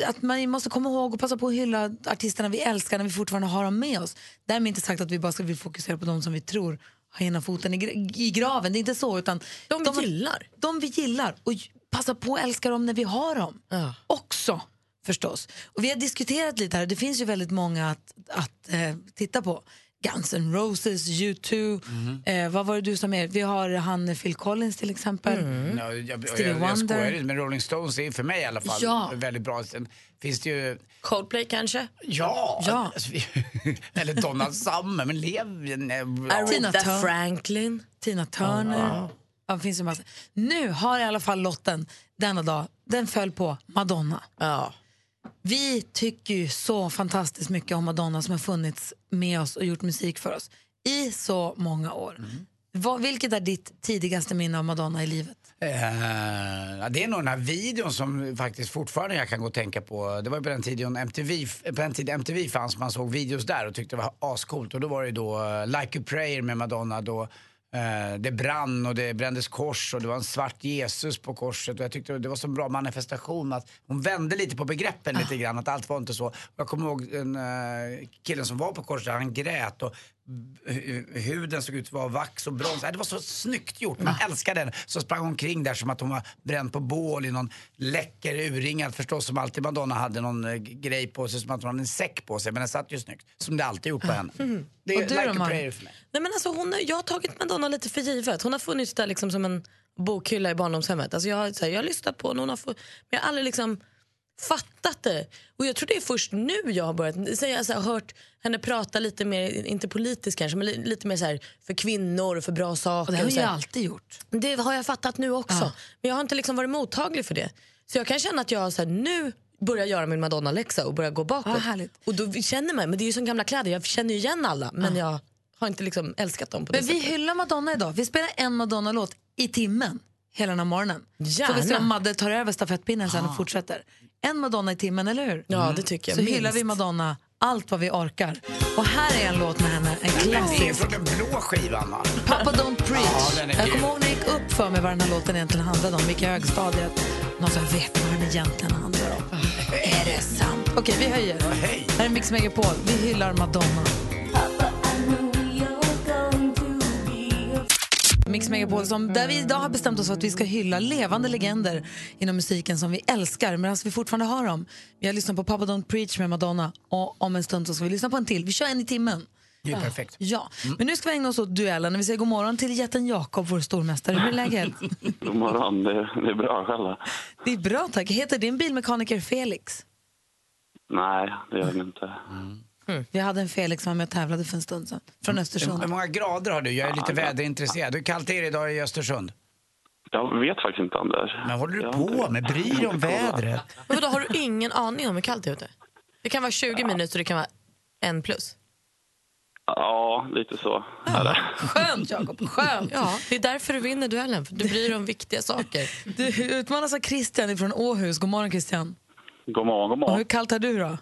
B: Att man måste komma ihåg och passa på att hylla artisterna vi älskar när vi fortfarande har dem med oss. Därmed inte sagt att vi bara ska vill fokusera på de som vi tror har ena foten i, gra- i graven. Det är inte så. Utan de vi
D: gillar.
B: De vi gillar. Och j- passa på att älska dem när vi har dem också förstås. Och vi har diskuterat lite här och det finns ju väldigt många att, att eh, titta på. Guns N' Roses, U2, eh, vad var det du sa mer? Vi har han eh, Phil Collins till exempel.
C: No, jag, jag,
B: Mm. Stevie
C: jag, jag skojar
B: Wonder.
C: inte, men Rolling Stones är för mig i alla fall
B: Ja.
C: väldigt bra. Sen finns det ju...
D: Coldplay kanske?
C: Ja!
D: Ja.
C: Alltså, vi- [laughs] eller Donna Summer, men lev... nej, ja.
D: Aretha Franklin.
B: Tina Turner. Ja. det finns en massa. Nu har i alla fall lotten denna dag, den föll på Madonna.
D: Ja.
B: Vi tycker ju så fantastiskt mycket om Madonna som har funnits med oss och gjort musik för oss i så många år.
D: Mm.
B: Vad, vilket är ditt tidigaste minne av Madonna i livet?
C: Eh, ja, det är nog den här videon som faktiskt fortfarande jag kan gå och tänka på. Det var ju på den tiden MTV, f- på den tiden MTV fanns, man såg videos där och tyckte det var ascoolt. Och då var det ju då eh, Like a prayer med Madonna. Då, eh, det brann och det brändes kors och det var en svart Jesus på korset. Och jag tyckte det var så bra manifestation att hon vände lite på begreppen lite grann. Att allt var inte så. Jag kommer ihåg en, eh, killen som var på korset, han grät och hu- huden såg ut att vara vax och brons. Nej, Det var så snyggt gjort, man älskade henne. Så sprang hon omkring där som att hon var bränd på bål i någon läcker urringad förstås som alltid Madonna hade någon eh, grej på sig som att hon hade en säck på sig men den satt ju snyggt. Som det alltid gjort på henne. Det är
D: Mm. Och du då,
C: like a
D: Malin?
C: prayer för mig.
D: Nej, men alltså, hon, har- jag har tagit Madonna lite för givet. Hon har funnits där liksom som en bokhylla i barndomshemmet. Alltså, jag, har, så här, jag har lyssnat på henne, hon har få, men jag har aldrig liksom fattat det. Och jag tror det är först nu jag har börjat, sen jag har så här, hört henne prata lite mer, inte politiskt kanske, men li, lite mer så här, för kvinnor och för bra saker.
B: Och det har
D: och
B: hon
D: så
B: ju
D: här.
B: alltid gjort.
D: Det har jag fattat nu också. Men jag har inte liksom varit mottaglig för det. Så jag kan känna att jag så här, nu börjar göra min Madonna-läxa och börjar gå bakåt.
B: Ah, härligt.
D: Och då känner man, men det är ju som gamla kläder, jag känner ju igen alla men jag har inte liksom älskat dem på det
B: Men vi
D: sättet.
B: hyllar Madonna idag. Vi spelar en Madonna-låt i timmen hela den här morgonen. Får vi se
D: Gärna. Ah.
B: om Madde tar över stafettpinnen sen och fortsätter. En Madonna i timmen, eller hur?
D: Ja, det tycker jag,
B: Mm. Så
D: minst.
B: hyllar vi Madonna allt vad vi orkar. Och här är en låt med henne, en
C: Det är
B: klassisk.
C: från den blå skivan va?
B: Papa Don't
C: Ja,
B: Preach.
C: den är
B: jag
C: grym.
B: kommer ihåg när det gick upp för mig vad den här låten egentligen handlade om, vilka högstadiet. Någon sa, vet du vad den egentligen handlar om? Är det sant? Okej, vi höjer. Här är Mix Megapol. Vi hyllar Madonna. Mix Megapol som där vi idag har bestämt oss för att vi ska hylla levande legender inom musiken som vi älskar medan vi fortfarande har dem. Vi har lyssnat på Papa Don't Preach med Madonna och om en stund så ska vi lyssna på en till. Vi kör en i timmen.
C: Det är perfekt.
B: Ja,
D: Mm.
B: men nu ska vi ägna oss åt duellen och vi säger god morgon till jätten Jakob, vår stormästare. Hur är
D: [laughs]
B: läget?
J: God morgon, det, det är bra själv.
B: Det är bra tack. Heter din bilmekaniker Felix?
J: Nej, det gör det inte.
D: Mm.
B: Vi hade en Felix som var med och tävlade för en stund sedan, från Östersund.
C: Hur många grader har du? Jag är lite väderintresserad. Hur kallt är det idag i Östersund?
J: Jag vet faktiskt inte, Anders. Men
C: håller du på med? Bryr dig om vädret?
D: Men vadå, har du ingen aning om hur kallt det är ute? Det kan vara 20 minus och det kan vara en plus.
J: Ja, lite så.
D: Skönt Jakob, skönt! Ja, det är därför du vinner duellen, för du bryr dig om viktiga saker.
B: Du utmanas av Christian från Åhus. God morgon Christian.
J: God morgon, god
B: Och
J: morgon.
B: hur kallt har du då?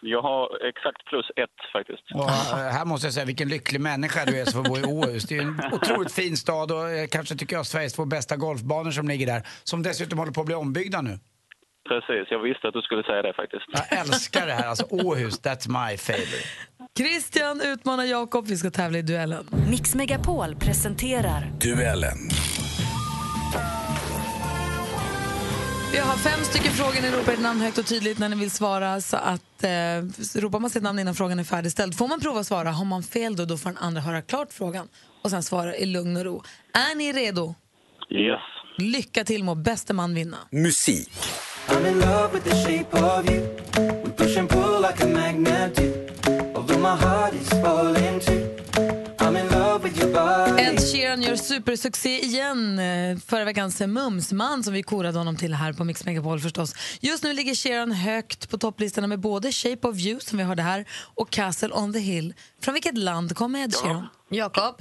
J: Jag har exakt plus ett faktiskt.
C: Och, eh, här måste jag säga vilken lycklig människa du är som får bo i Åhus. Det är ju en otroligt fin stad och eh, kanske tycker jag Sveriges två bästa golfbanor som ligger där. Som dessutom håller på att bli ombyggda nu.
J: Precis, jag visste att du skulle säga det faktiskt.
C: Jag älskar det här. Alltså Åhus, that's my favorite.
B: Christian utmanar Jakob. Vi ska tävla i duellen.
E: Mix Megapol presenterar
K: Duellen.
B: Vi har fem stycken frågor. Ni ropar ert namn högt och tydligt när ni vill svara. Så att, eh, ropar man sitt namn innan frågan är färdigställd får man prova att svara. Har man fel då, då får den andra höra klart frågan och sen svara i lugn och ro. Är ni redo?
J: Yes.
B: Lycka till må bäste man vinna.
K: Musik.
L: I'm in love with the shape of you. We push and pull like a magnet do. Although my heart is falling too. I'm in love with your body.
B: Ed Sheeran gör supersuccé igen. Eh, Förra veckans Mumsman som vi korade honom till här på Mix Megapol förstås. Just nu ligger Sheeran högt på topplistorna med både Shape of You som vi hörde här och Castle on the Hill. Från vilket land kommer Ed Sheeran?
D: Jakob?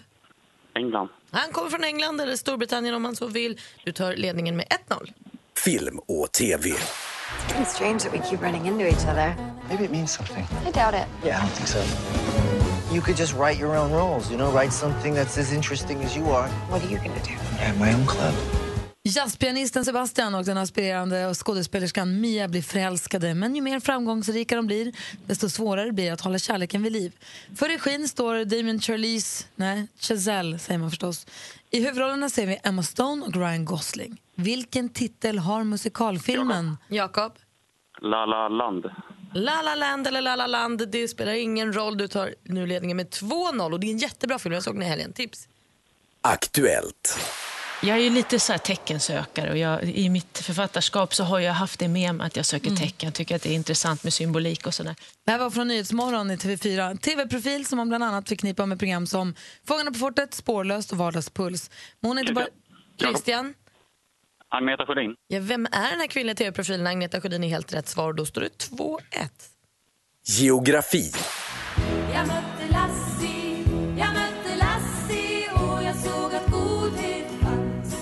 J: England.
D: Han kommer från England eller Storbritannien om man så vill. Du tar ledningen med 1-0.
K: Film och TV.
M: It's kind of strange that we keep running into each other.
N: Maybe it means something.
M: I doubt it.
N: Yeah, I don't think so. You could just write your own rules, you know, write something that's as interesting as you are.
M: What are you gonna do?
N: Yeah, my own club.
B: Jazzpianisten Sebastian och den aspirerande skådespelerskan Mia blir förälskade men ju mer framgångsrika de blir, desto svårare blir det att hålla kärleken vid liv. För regin står Damien Charlize, nej, Chazelle säger man förstås. I huvudrollerna ser vi Emma Stone och Ryan Gosling. Vilken titel har musikalfilmen?
D: Jakob?
J: La La Land.
D: La La Land eller La La Land, det spelar ingen roll. Du tar nu ledningen med 2-0 och det är en jättebra film. Jag såg den i helgen. Tips.
K: Aktuellt.
O: Jag är ju lite så här teckensökare och jag, i mitt författarskap så har jag haft det med mig att jag söker tecken. Jag tycker att det är intressant med symbolik och sådär.
B: Det här var från Nyhetsmorgon i TV4. TV-profil Mm. som man bland annat förknippar med program som Fångarna på fortet, Spårlöst och Vardagspuls. Men hon är inte bara...
D: Christian?
J: Agneta Sjödin.
D: Ja, vem är den här kvinnliga tv-profilen? Agneta Sjödin är helt rätt svar. Då står det 2-1.
K: Geografi.
P: Jag mötte Lassie, jag mötte Lassie och jag såg att godhet fanns.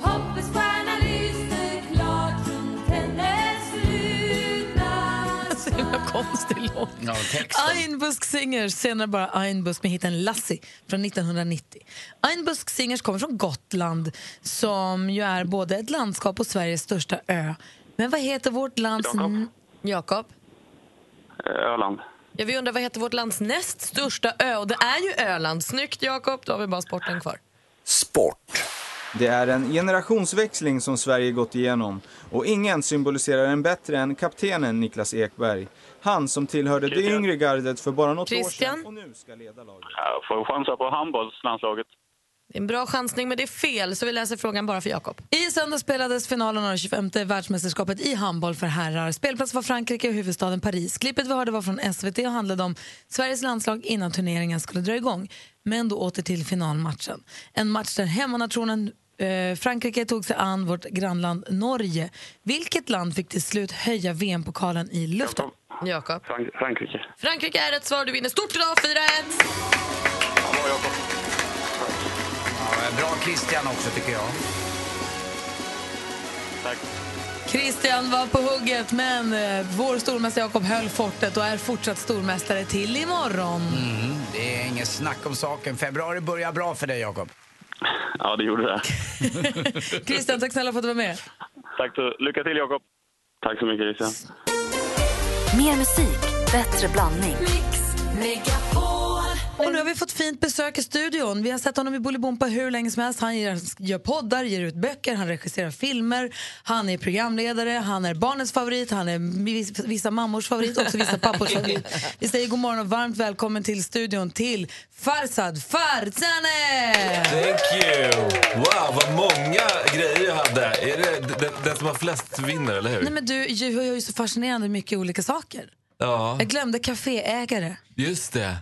P: Hoppets stjärna lyste klart runt hennes slutna
B: Så himla konstig låt.
C: Ja, text.
B: Einbusk Singers, senare bara Einbusk med hiten Lassie från 1990. Einbusk Singers kommer från Gotland som ju är både ett landskap och Sveriges största ö. Men vad heter vårt lands...
J: Jakob.
D: Jakob?
J: Eh, Öland.
D: Ja, vi undrar vad heter vårt lands näst största ö? Och det är ju Öland. Snyggt Jakob, då har vi bara sporten kvar.
K: Sport.
Q: Det är en generationsväxling som Sverige gått igenom och ingen symboliserar den bättre än kaptenen Niklas Ekberg. Han som tillhörde det yngre gardet för bara något år sedan.
D: Christian?
J: Jag får chansa på handbollslandslaget.
D: Det är en bra chansning men det är fel så vi läser frågan bara för Jakob.
B: I söndag spelades finalen av det 25 världsmästerskapet i handboll för herrar. Spelplats var Frankrike och huvudstaden Paris. Klippet vi hörde var från SVT och handlade om Sveriges landslag innan turneringen skulle dra igång. Men då åter till finalmatchen. En match där hemmanationen eh, Frankrike tog sig an vårt grannland Norge. Vilket land fick till slut höja VM-pokalen i luften?
D: Jakob.
J: Frank- Frankrike.
D: Frankrike är rätt svar. Du vinner stort idag, 4-1!
C: Ja, bra Christian också tycker jag.
J: Tack.
B: Christian var på hugget, men eh, vår stormästare Jakob höll fortet och är fortsatt stormästare till imorgon.
C: Mm, det är inget snack om saken. Februari börjar bra för dig Jakob.
J: Ja, det gjorde det.
B: Christian, tack snälla för att du var med.
J: Tack så, lycka till, Jakob. Tack så mycket, Christian.
E: Mer musik, bättre blandning.
B: Och nu har vi fått fint besök i studion. Vi har sett honom i Bolibompa hur länge som helst. Han ger, gör poddar, ger ut böcker, han regisserar filmer, han är programledare, han är barnens favorit, han är vis- vissa mammors favorit, också [laughs] vissa pappors favorit. Vi säger god morgon och varmt välkommen till studion till Farsad Farzaneh!
R: Thank you! Wow, vad många grejer jag hade. Är det den, den som har flest vinner, eller hur?
B: Nej men du, du gör ju så fascinerande mycket olika saker.
R: Ja,
B: Jag glömde kaféägare.
R: just det.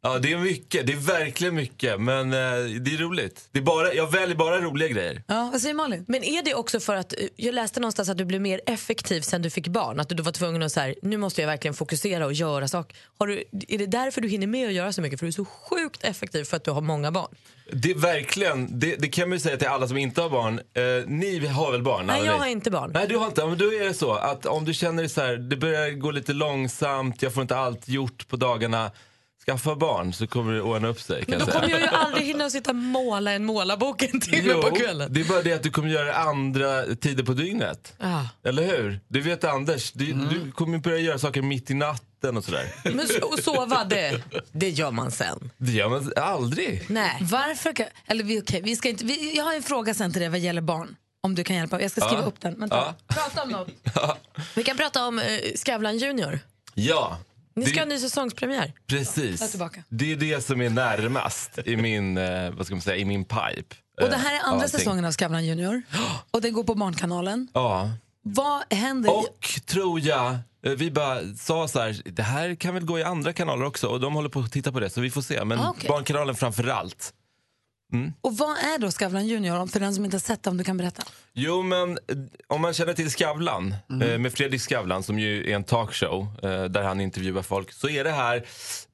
R: Ja, det är mycket. Det är verkligen mycket. Men eh, det är roligt. Det är bara, jag väljer bara roliga grejer.
B: Ja, vad säger Malin?
D: Men är det också för att, eh, jag läste någonstans att du blev mer effektiv sen du fick barn? Att du då var tvungen att så här, nu måste jag verkligen fokusera och göra saker. Har du, är det därför du hinner med att göra så mycket? För du är så sjukt effektiv för att du har många barn.
R: Det är verkligen, det, det kan man ju säga till alla som inte har barn. Eh, ni har väl barn? alla
D: Nej, jag
R: ni?
D: har inte barn.
R: Nej, du har inte. Ja, Men då är det så att om du känner dig så här, det börjar gå lite långsamt, jag får inte allt gjort på dagarna. Skaffa barn så kommer det ordna upp sig. Kan
D: Men
R: jag
D: då
R: säga.
D: kommer jag ju aldrig hinna att sitta och måla en målarbok en timme
R: Jo,
D: på kvällen.
R: det är bara det att du kommer göra det andra tider på dygnet.
D: Ah.
R: Eller hur? Det vet Anders. Du,
B: Mm.
R: du kommer börja göra saker mitt i natten och sådär.
D: Men, so- och sova, det, det gör man sen.
R: Det gör man aldrig.
D: Nej.
B: Varför kan, eller vi, okej, vi ska inte, vi, jag har en fråga sen till dig vad gäller barn. Om du kan hjälpa mig. Jag ska skriva
R: Ja.
B: upp den. Vänta.
R: [laughs]
D: Prata om något. Vi kan prata om eh, Skavlan junior.
R: Ja,
D: Ni ska
R: Det-
D: ha en ny säsongspremiär.
R: Precis.
D: Ta tillbaka.
R: Det är det som är närmast i min, eh, vad ska man säga, i min pipe.
B: Och det här
R: eh,
B: är andra
R: allting.
B: säsongen av
R: [gasps]
B: Skavlan Junior. Och den går på Barnkanalen.
R: Ja.
B: Vad händer? i-
R: Och tror jag, eh, vi bara sa så här, det här kan väl gå i andra kanaler också och de håller på att titta på det så vi får se. Men
B: Ah, okej.
R: Barnkanalen framför allt. Mm.
B: Och vad är då Skavlan Junior? Om- För den som inte har sett det, om du kan berätta.
R: Jo, men eh, om man känner till Skavlan, eh, med Fredrik Skavlan som ju är en talkshow eh, där han intervjuar folk, så är det här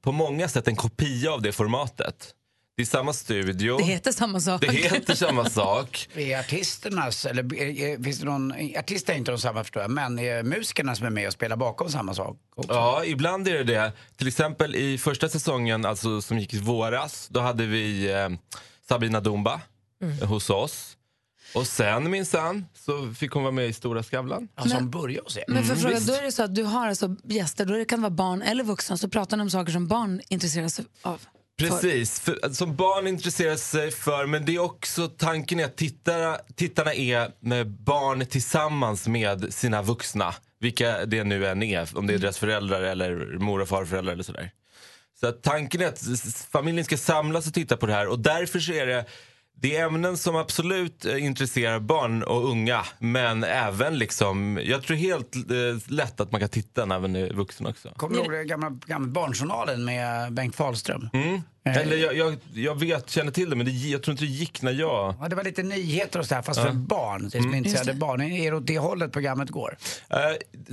R: på många sätt en kopia av det formatet. Det är samma studio.
B: Det heter samma sak.
R: Det [laughs] heter samma sak.
C: Är artisternas, eller är- är- finns det någon, eh, artister är inte de samma förstår jag, men är musikerna som är med och spelar bakom samma sak?
R: [laughs] Ja, ibland är det det. Till exempel i första säsongen alltså, som gick i våras, då hade vi eh, Sabina Dumba
C: Mm.
R: eh, hos oss. Och sen minsann så fick hon vara med i Stora Skavlan.
C: Ja, som Men- började hos er.
B: Men för
R: Mm,
B: fråga,
R: visst.
B: då är det så att du har alltså gäster, då det kan vara barn eller vuxna, så pratar ni om saker som barn intresserar sig av.
R: Precis, för, som barn intresserar sig för, men det är också tanken är att tittara, tittarna är med barn tillsammans med sina vuxna. Vilka det nu än är, om det är deras föräldrar eller mor och farföräldrar eller sådär. Så att tanken är att s- s- familjen ska samlas och titta på det här och därför så är det det är ämnen som absolut eh, intresserar barn och unga men även liksom, jag tror helt eh, lätt att man kan titta när man är vuxen också.
C: Kommer du ihåg den gamla, gamla Barnjournalen med Bengt Fahlström?
R: Mm.
C: Eh,
R: Eller jag, jag, jag vet, känner till det, men det, jag tror inte det gick när jag...
C: Ja, det var lite nyheter och sådär, fast för
R: Ja.
C: barn. Det är som
R: Mm.
C: intresserade
R: Just
C: barn. Är det åt det hållet programmet går?
R: Eh,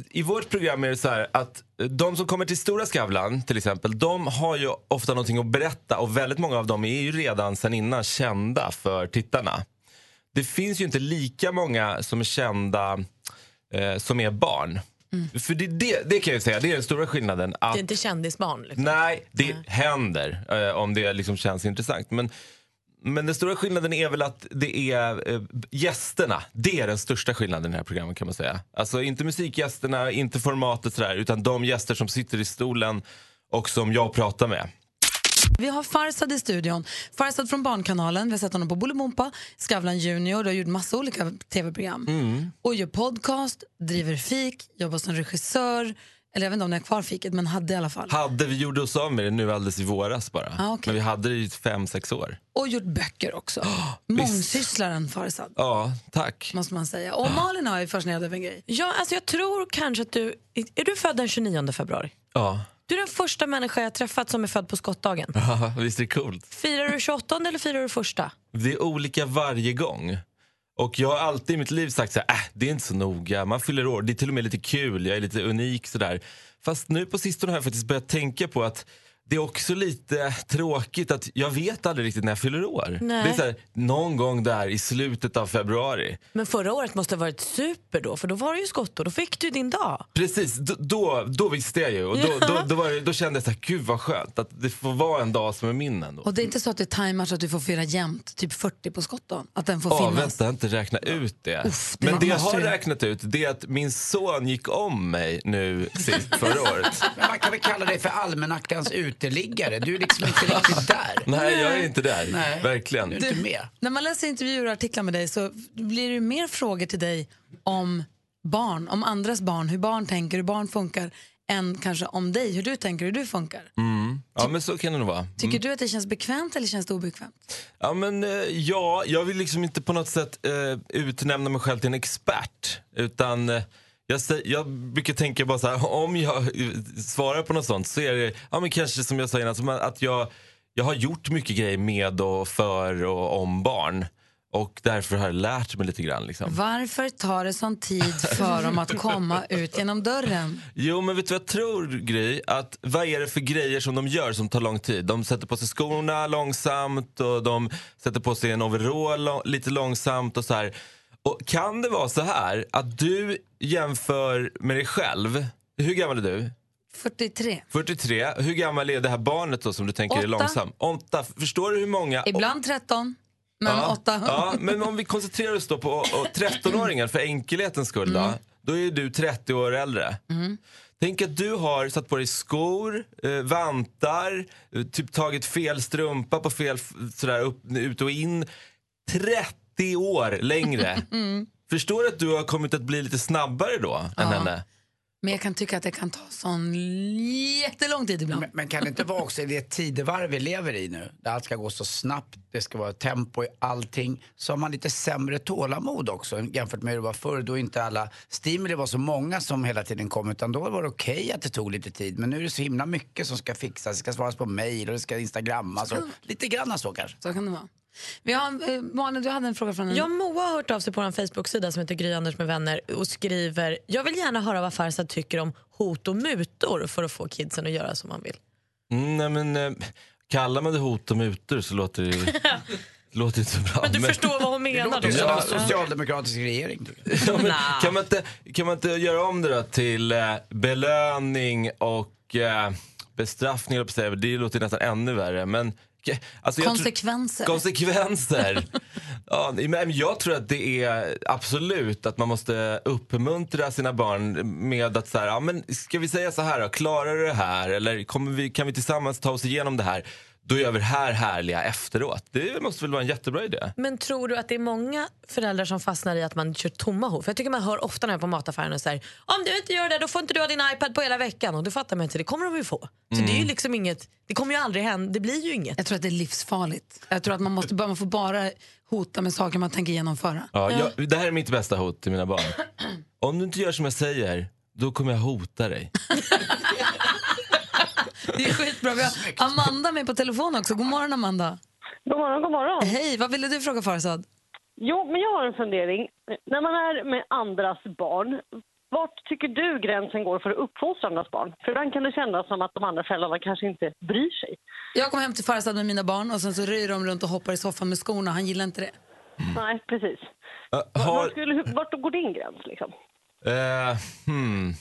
R: I vårt program är det så här att eh, de som kommer till Stora Skavlan till exempel, de har ju ofta någonting att berätta och väldigt många av dem är ju redan sen innan kända för tittarna. Det finns ju inte lika många som är kända eh, som är barn. För det, det, det kan jag ju säga, det är den stora skillnaden. Att
D: Det är inte kändisbarn. Liksom.
R: Nej, det händer eh, om det liksom känns intressant. Men, men den stora skillnaden är väl att det är eh, gästerna. Det är den största skillnaden i det här programmet kan man säga. Alltså inte musikgästerna, inte formatet sådär, utan de gäster som sitter i stolen och som jag pratar med.
B: Vi har Farsad i studion. Farsad från Barnkanalen. Vi har sett honom på Bolibompa, Skavlan Junior. Du har gjort massa olika tv-program.
R: Mm.
B: Och gör podcast, driver fik, jobbar som regissör. Eller jag vet inte om ni har kvar fiket, men hade i alla fall.
R: Hade vi gjorde oss av med det nu alldeles i våras bara.
B: Ah, okej.
R: Men vi hade det i fem, sex år.
B: Och gjort
R: [gasps]
B: böcker också. Mångsysslaren Farsad,
R: Ja, tack.
B: måste man säga.
R: [gasps]
B: Och Malin har ju fascinerat över en grej.
D: Ja, alltså jag tror kanske att du... Är du född den 29 februari?
R: Ja, [laughs]
D: Du är den första människa jag träffat som är född på skottdagen.
R: visst är det coolt?
D: Firar du 28 eller firar du första?
R: Det är olika varje gång. Och jag har alltid i mitt liv sagt så här, äh, det är inte så noga, man fyller år, det är till och med lite kul, jag är lite unik sådär. Fast nu på sistone har jag faktiskt börjat tänka på att det är också lite tråkigt att jag vet aldrig riktigt när jag fyller år.
D: Nej.
R: Det är så här, någon gång där i slutet av februari.
D: Men förra året måste ha varit super då, för då var det ju skottår. Då fick du din dag.
R: Precis, då, då, då visste jag ju. Och då, då, då, var det, då kände jag så här, gud vad skönt att det får vara en dag som är min ändå.
B: Och det är inte så att du tajmar så att du får fira jämnt, typ 40 på skottdagen? Att den får
R: Ja,
B: finnas?
R: vänta, jag har inte räknat ut det.
B: det
R: Men
B: var-
R: det jag
B: måste
R: har
B: du.
R: räknat ut det är att min son gick om mig nu
B: [laughs]
R: sist förra året.
C: Men man kan väl kalla dig för almanackans uteliggare? Du är liksom inte riktigt där.
R: Nej, jag är inte där.
C: Nej.
R: Verkligen.
C: Du är inte med.
B: När man läser intervjuer och artiklar med dig så blir det ju mer frågor till dig om barn, om andras barn, hur barn tänker, hur barn funkar, än kanske om dig, hur du tänker, hur du funkar.
R: Mm. Ja, men så kan det nog vara.
B: Tycker
R: Mm.
B: du att det känns bekvämt eller känns det obekvämt?
R: Ja, men, eh, ja, jag vill liksom inte på något sätt eh, utnämna mig själv till en expert. Utan eh, jag, sä- jag brukar tänka bara så här, om jag eh, svarar på något sånt så är det ja, men kanske som jag sa innan, som att jag, jag har gjort mycket grejer med och för och om barn. Och därför har jag lärt mig lite grann. Liksom.
B: Varför tar det sån tid för dem att komma ut genom dörren?
R: Jo, men vet du vad jag tror, Gry? Att vad är det för grejer som de gör som tar lång tid? De sätter på sig skorna långsamt och de sätter på sig en overall lång- lite långsamt och så här. Och kan det vara så här att du jämför med dig själv? Hur gammal är du?
B: 43.
R: 43. Hur gammal är det här barnet då som du tänker är
B: Åtta.
R: långsam? Åtta. Förstår du hur många?
B: Ibland 13, men
R: ja,
B: 8.
R: Ja, men om vi koncentrerar oss då på och 13-åringen för enkelhetens skull då. Då är du 30 år äldre.
B: Mm.
R: Tänk att du har satt på dig skor, eh, vantar, eh, typ tagit fel strumpa på fel f- sådär upp, ut och in. 30 år längre.
B: Mm.
R: Förstår du att du har kommit att bli lite snabbare då än henne?
B: Men jag kan tycka att det kan ta sån jättelång tid ibland.
C: Men kan det inte vara också i det tidevarv vi lever i nu, där allt ska gå så snabbt, det ska vara tempo i allting, så har man lite sämre tålamod också jämfört med hur det var förr då inte alla stimuli var så många som hela tiden kom, utan då var det okej att det tog lite tid. Men nu är det så himla mycket som ska fixas, det ska svaras på mejl och det ska instagrammas och lite grann så kanske.
B: Så kan det vara. Vi har, eh, Malin, du hade en fråga från en...
D: Ja, Moa har hört av sig på vår Facebook-sida som heter Gry Anders med vänner och skriver Jag vill gärna höra vad Farzad tycker om hot och mutor för att få kidsen att göra som man vill.
R: Mm, nej, men, eh, kallar man det hot och mutor så låter det, det låter inte så bra.
D: Men du förstår vad hon
C: Det
D: menar
C: låter ju
D: då?
C: som en
D: Ja.
C: socialdemokratisk regering.
R: [laughs] Kan man, inte, kan man inte göra om det då till eh, belöning och eh, bestraffning, höll jag på att säga. det låter ju nästan ännu värre. Men, ke- alltså, jag tror-
B: Konsekvenser.
R: Konsekvenser. ja, men jag tror att det är absolut att man måste uppmuntra sina barn med att så här, ja, men ska vi säga så här då, klarar du det här eller kommer vi, kan vi tillsammans ta oss igenom det här? Då gör vi det här härliga efteråt. Det måste väl vara en jättebra idé?
D: Men tror du att det är många föräldrar som fastnar i att man kör tomma hot? För jag tycker man hör ofta när jag är på mataffären och säger om du inte gör det då får inte du ha din iPad på hela veckan. Och du fattar man inte, det kommer de ju få. Så
B: Mm.
D: det är ju liksom inget, det kommer ju aldrig hända, det blir ju inget.
B: Jag tror att det är livsfarligt. Jag tror att man, måste, man får bara hota med saker man tänker genomföra.
R: Ja, Jag, det här är mitt bästa hot till mina barn. Om du inte gör som jag säger, då kommer jag hota dig.
B: Det är skitbra. Vi har Amanda med på telefon också. God morgon, Amanda.
S: God morgon, god morgon.
B: Hej, vad ville du fråga Farzad?
S: Jo, men jag har en fundering. När man är med andras barn, vart tycker du gränsen går för att uppfostra andras barn? För ibland kan det kännas som att de andra föräldrarna kanske inte bryr sig.
B: Jag kom hem till Farzad med mina barn och sen så röjer de runt och hoppar i soffan med skorna. Han gillar inte det.
S: Nej, precis.
R: Äh, har,
S: Vart, skulle, hur- vart går din gräns liksom?
R: eh, hmm.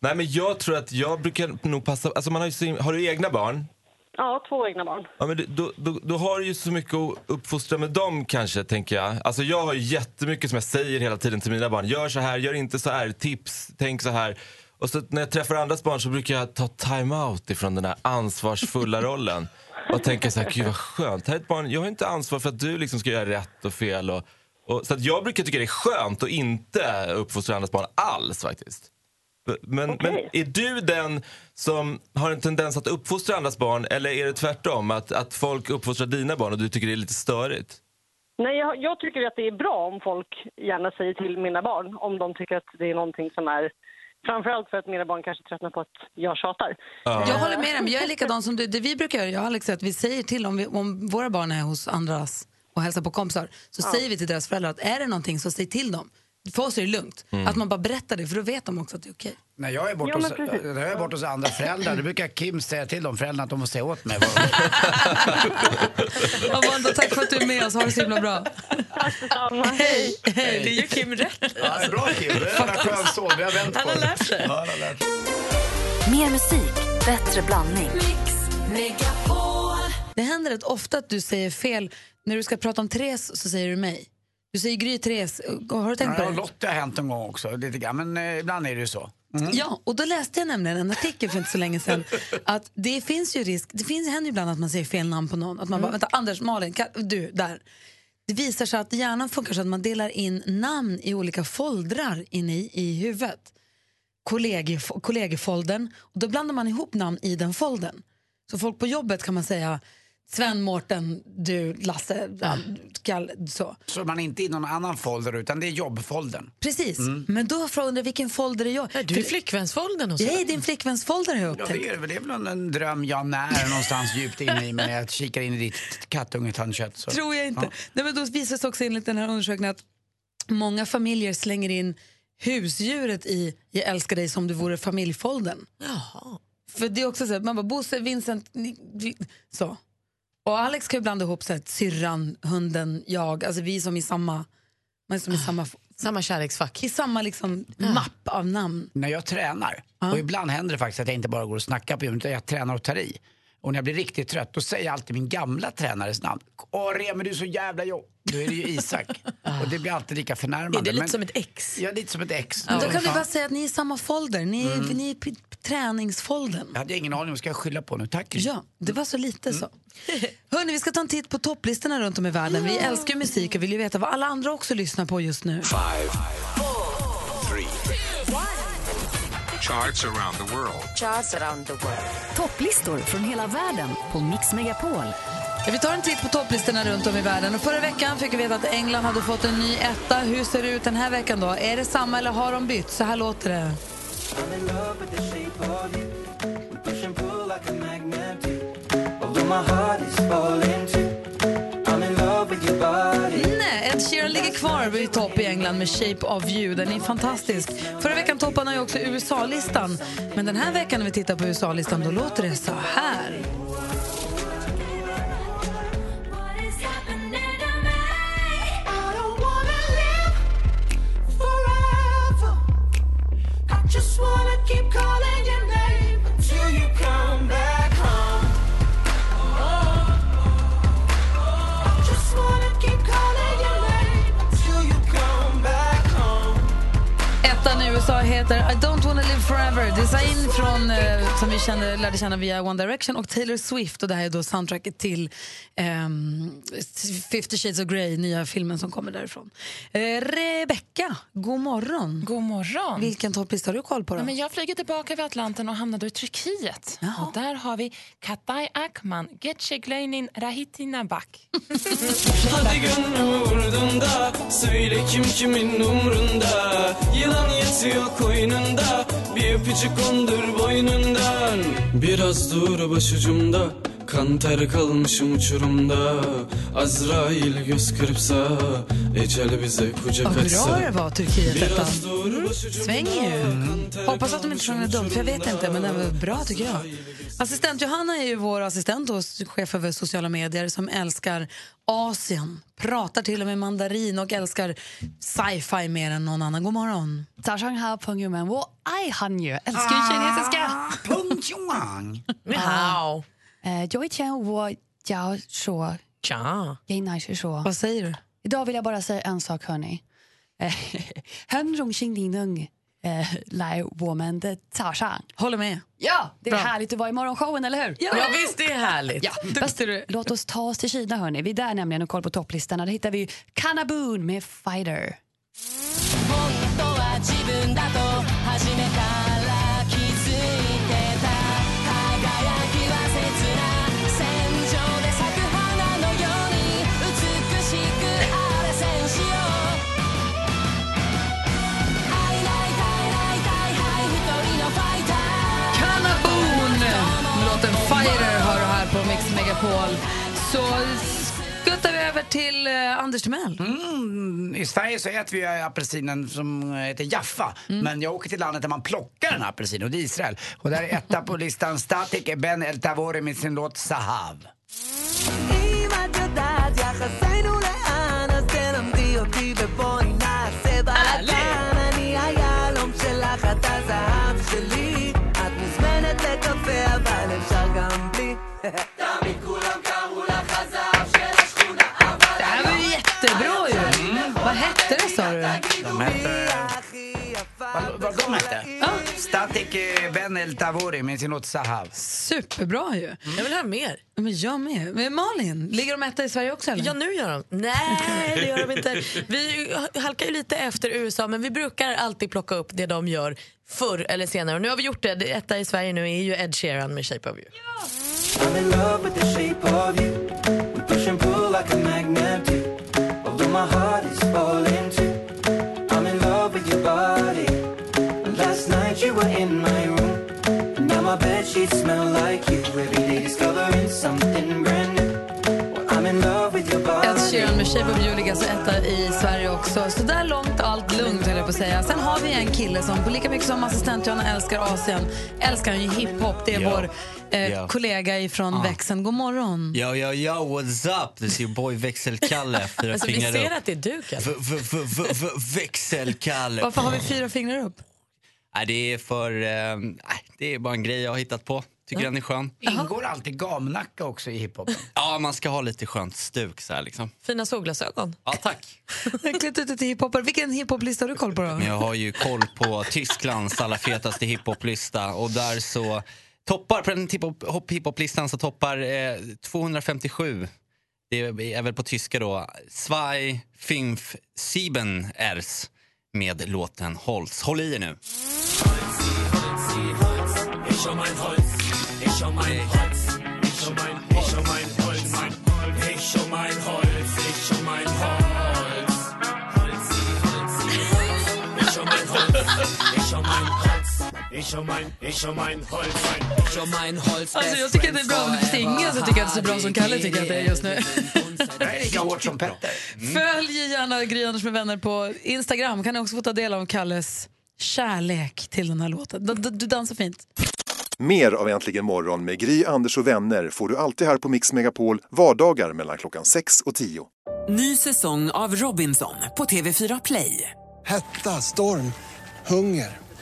R: Nej men jag tror att jag brukar nog passa, alltså man har ju sin, har du egna barn?
S: Ja, två egna barn.
R: Ja, men du- då, då, då har du ju så mycket att uppfostra med dem kanske, tänker jag. Alltså jag har ju jättemycket som jag säger hela tiden till mina barn. Gör så här, gör inte så här, tips, tänk så här. Och så när jag träffar andras barn så brukar jag ta time-out ifrån den här ansvarsfulla rollen. Och tänka så här, gud vad skönt. Här är ett barn, jag har inte ansvar för att du liksom ska göra rätt och fel. Och, och, så att jag brukar tycka det är skönt att inte uppfostra andras barn alls faktiskt. Men, men är du den som har en tendens att uppfostra andras barn eller är det tvärtom? Att, att folk uppfostrar dina barn och du tycker det är lite störigt?
S: Nej, jag, jag tycker ju att det är bra om folk gärna säger till mina barn om de tycker att det är någonting som är... Framförallt för att mina barn kanske tröttnar på att jag tjatar.
B: Jag håller med dig, men jag är likadan som du. Det vi brukar göra, jag och Alex, är att vi säger till om, vi, om våra barn är hos andras och hälsar på kompisar, så
S: Ja.
B: säger vi till deras föräldrar att är det någonting så säg till dem. För oss är det lugnt.
C: Mm.
B: Att man bara berättar det, för då vet de också att det är okej.
C: När jag, är bort
B: Ja,
C: hos,
B: men precis.
C: när jag är bort hos andra föräldrar, då brukar Kim säga till de föräldrarna att de får säga åt mig. vad de-
B: Amanda, tack för att du är med oss. Ha det så himla bra.
S: Hej!
B: Hej! Det är ju Kim rätt.
C: [laughs] Ja, det är bra Kim, det är en jävla skön son. Vi har vänt på Han har lärt sig. Ja, han har lärt sig.
E: Mer musik, bättre blandning.
B: Det händer rätt ofta att du säger fel. När du ska prata om Therese så säger du mig. Du säger Gry Therese. Har du tänkt på
C: Ja,
B: det?
C: Lottie har hänt en gång också, lite grann. Men eh, ibland är det ju så. Mm.
B: Ja, och då läste jag nämligen en artikel för inte så länge sedan att det finns ju risk, det finns, händer ju ibland att man säger fel namn på någon. Att man
C: Mm.
B: bara, vänta Anders, Malin, kan, du, där. Det visar sig att hjärnan funkar så att man delar in namn i olika foldrar inne i, i huvudet. Kollegief- Kollegiefoldern, och då blandar man ihop namn i den foldern. Så folk på jobbet kan man säga Sven, Mårten, du, Lasse, ja, Kalle, så.
C: Så man är inte i någon annan folder, utan det är jobbfoldern.
B: Precis,
C: Mm.
B: men då frågar jag vilken folder är jag? Är
C: du i
B: flickvänsfoldern?
C: och så?
B: Nej, din flickvänsfolder har jag
C: Ja,
B: upptäckt.
C: det är väl det är väl en, en dröm jag när någonstans djupt inne i mig när jag kikar in i ditt kattungetandkött. så-
B: Tror jag inte.
C: Ja.
B: Nej, men då visar det sig också enligt den här undersökningen att många familjer slänger in husdjuret i “jag älskar dig som du vore familjfolden”. För det är också så här, man bara Bosse, Vincent, ni, vi, så. Och Alex kan ju blanda ihop så här, syrran, hunden, jag, alltså vi som i samma, man är som i
C: Ah.
B: samma,
D: samma kärleksfack.
B: I samma liksom mapp av namn.
C: När jag tränar, och ibland händer det faktiskt att jag inte bara går och snackar på gymmet, utan jag tränar och tar i. Och när jag blir riktigt trött, då säger jag alltid min gamla tränares namn. Åh Remi, du är så jävla jobb. Då är det ju Isak. och det blir alltid lika förnärmande.
D: Är det lite som
C: ett
D: ex?
C: Ja, lite som ett ex.
B: Men då kan vi
C: Ja.
B: bara säga att ni är i samma folder, ni är,
C: Mm.
B: ni är i p- träningsfolden.
C: Jag hade ingen aning, vad ska jag skylla på nu? Tack.
B: Ja, det var så lite så. Hörni, vi ska ta en titt på topplistorna runt om i världen. Vi älskar ju musik och vill ju veta vad alla andra också lyssnar på just nu.
K: Five, three,
T: Charts around the world.
E: Charts around the world.
B: Topplistor från hela världen på Mix Megapol. Vi tar en titt på topplistorna runt om i världen. Och förra veckan fick vi veta att England hade fått en ny etta. Hur ser det ut den här veckan då? Är det samma eller har de bytt? Så här låter det.
L: I'm in love with the shape of you. We push and pull like a magnet do. Although my heart is falling too. I'm in love with your body.
B: Nej, Ed Sheeran ligger kvar i topp i England med Shape of you. Den är fantastisk. Förra veckan toppade han ju också USA-listan. Men den här veckan när vi tittar på USA-listan då låter det så här.
P: Just wanna keep calling your name until you come back home. Just wanna keep calling your name until you come back home.
B: Ettan i USA heter I don't wanna live forever. Design från, eh, som vi kände, lärde känna via One Direction och Taylor Swift. Och Det här är då soundtracket till ehm, 50 shades of Grey, nya filmen som kommer därifrån. Eh, Rebecca, god morgon.
U: God morgon.
B: Vilken topplista har du koll på? Då?
U: Ja, men jag flyger tillbaka över Atlanten och hamnar då i Turkiet. Och där har vi Katay Akman, Gece Gleynin, Rahitina Bak.
L: Hadi gönlüm vurdunda Söyle kim kimin umrunda Yılan yetiyor koynunda Bir öpücük kondur boynundan Biraz dur başucumda Kan ter kalmışım uçurumda Azrail göz kırpsa Ecel bize kucak
B: Vad bra
L: açsa
B: det var, Turkiet ettan. Mm.
L: Biraz dur
B: Svänger ju. Hoppas att de inte sjunger något dumt, för jag vet inte. Men det var bra tycker jag. Assistent Johanna är ju vår assistent och chef över sociala medier som älskar Asien. Pratar till och med mandarin och älskar sci-fi mer än någon annan. God morgon.
V: Älskar ju kinesiska.
C: Pung Chuang.
V: Wow. Uh,
B: Vad säger du?
V: Idag vill jag bara säga en sak, hörni. Eh, [laughs]
B: Håller med.
V: Ja, det är
B: Bra.
V: härligt att vara i morgonshowen, eller hur?
B: Ja. Ja, visst, det är härligt. [laughs]
V: Ja. Fast, låt oss ta oss till Kina, hörni. Vi är där nämligen och kollar på topplistan. Där hittar vi Kanabun med Fighter.
P: 本当は自分だと初めから気づいてた輝きは刹那戦場で咲く花のように美しくあらせんしよう会いない会いない大い一人のファイター
B: Kanabon! Låten Fire hör du här på Mix Megapol. Så skuttar vi över till eh, Anders Timell.
C: Mm, I Sverige så äter vi ju apelsinen som heter Jaffa. Men jag åker till landet där man plockar den här apelsinen och det är Israel. Och där är etta på listan Statik Ben El Tavori med sin låt Sahav.
P: אם את יודעת יחסינו לאן, אז תלמדי אותי ובואי נעשה בלאגן. אני היהלום שלך, את הזהב שלי. את מוזמנת לקפה, אבל אפשר גם בלי. תמיד כולם קראו לך הזהב של השכונה, אבל...
B: Det här var ju jättebra ju. Vad hette det sa du?
C: De hette... Vad, vad de hette? Statik Ben El Tavori med sin låt Sahav.
B: Superbra ju. Mm. Jag vill ha mer. Men jag med. Men Malin, ligger de etta i Sverige också? Eller?
D: Ja, nu gör de. Nej, det gör de inte. Vi halkar ju lite efter USA, men vi brukar alltid plocka upp det de gör förr eller senare. Och nu har vi gjort det. Det Etta i Sverige nu är ju Ed Sheeran med Shape of you.
L: I'm in love with the shape of you. We push and pull like a magnet do. Although my heart is falling too. I'm in love with your body. Last night you were in my room. And now my bed sheets smell like you. Every day discovering something brand new. Well, I'm in love with your body.
B: Ed Sheeran med Shape of You ligger alltså etta i Sverige också. Så där långt allt lugnt höll jag på att säga. Sen har vi en kille som på lika mycket som assistent Johanna älskar Asien, älskar han ju hiphop. Det är
W: Ja.
B: vår eh,
W: Ja. Ah.
B: kollega ifrån växeln. God morgon.
W: Yo, yo, yo, what's up? This is your boy Växelkalle. efter
B: Alltså, vi
W: fingrar
B: ser
W: upp.
B: att det är du, Kalle.
W: V- v- v- v- v- Växelkalle.
B: Varför har vi fyra fingrar upp?
W: Nej, det är för... Eh, nej, det är bara en grej jag har hittat på. Tycker den är skön.
C: Ingår alltid gamnacka också i hiphopen?
W: [laughs] Ja, man ska ha lite skönt stuk så här liksom.
D: Fina solglasögon.
W: Ja, tack.
B: Klätt ut det till hiphopare. Vilken hiphoplista har du koll på då?
W: Men jag har ju koll på Tysklands allra fetaste hiphoplista och där så toppar, på den hiphop- hop- hiphoplistan så toppar eh, 257, det är, är väl på tyska då, Zwei, Fünf, Sieben Ers med låten Holz. Håll i er nu.
P: Holz, Holz, Ich um mein Holz, ich um mein Holz, ich um mein, ich um mein Holz, ich um mein Holz, ich um mein Holz. Holzi, Holzi, Holz, ich um mein Holz, ich um mein Holz, ich um mein, ich um mein Holz, ich um mein Holz.
B: Alltså jag tycker att det är bra, om det stingar så tycker jag att det är så bra som Kalle tycker att det är just nu.
W: Det är lika hårt som Petter.
B: Följ gärna Gry Anders med vänner på Instagram. Kan ni också få ta del av Kalles kärlek till den här låten. Du, du, du dansar fint.
H: Mer av Äntligen morgon med Gry, Anders och vänner får du alltid här på Mix Megapol vardagar mellan klockan 6 och 10.
X: [laughs] Ny säsong av Robinson på TV4 Play.
Y: Hetta, storm, hunger.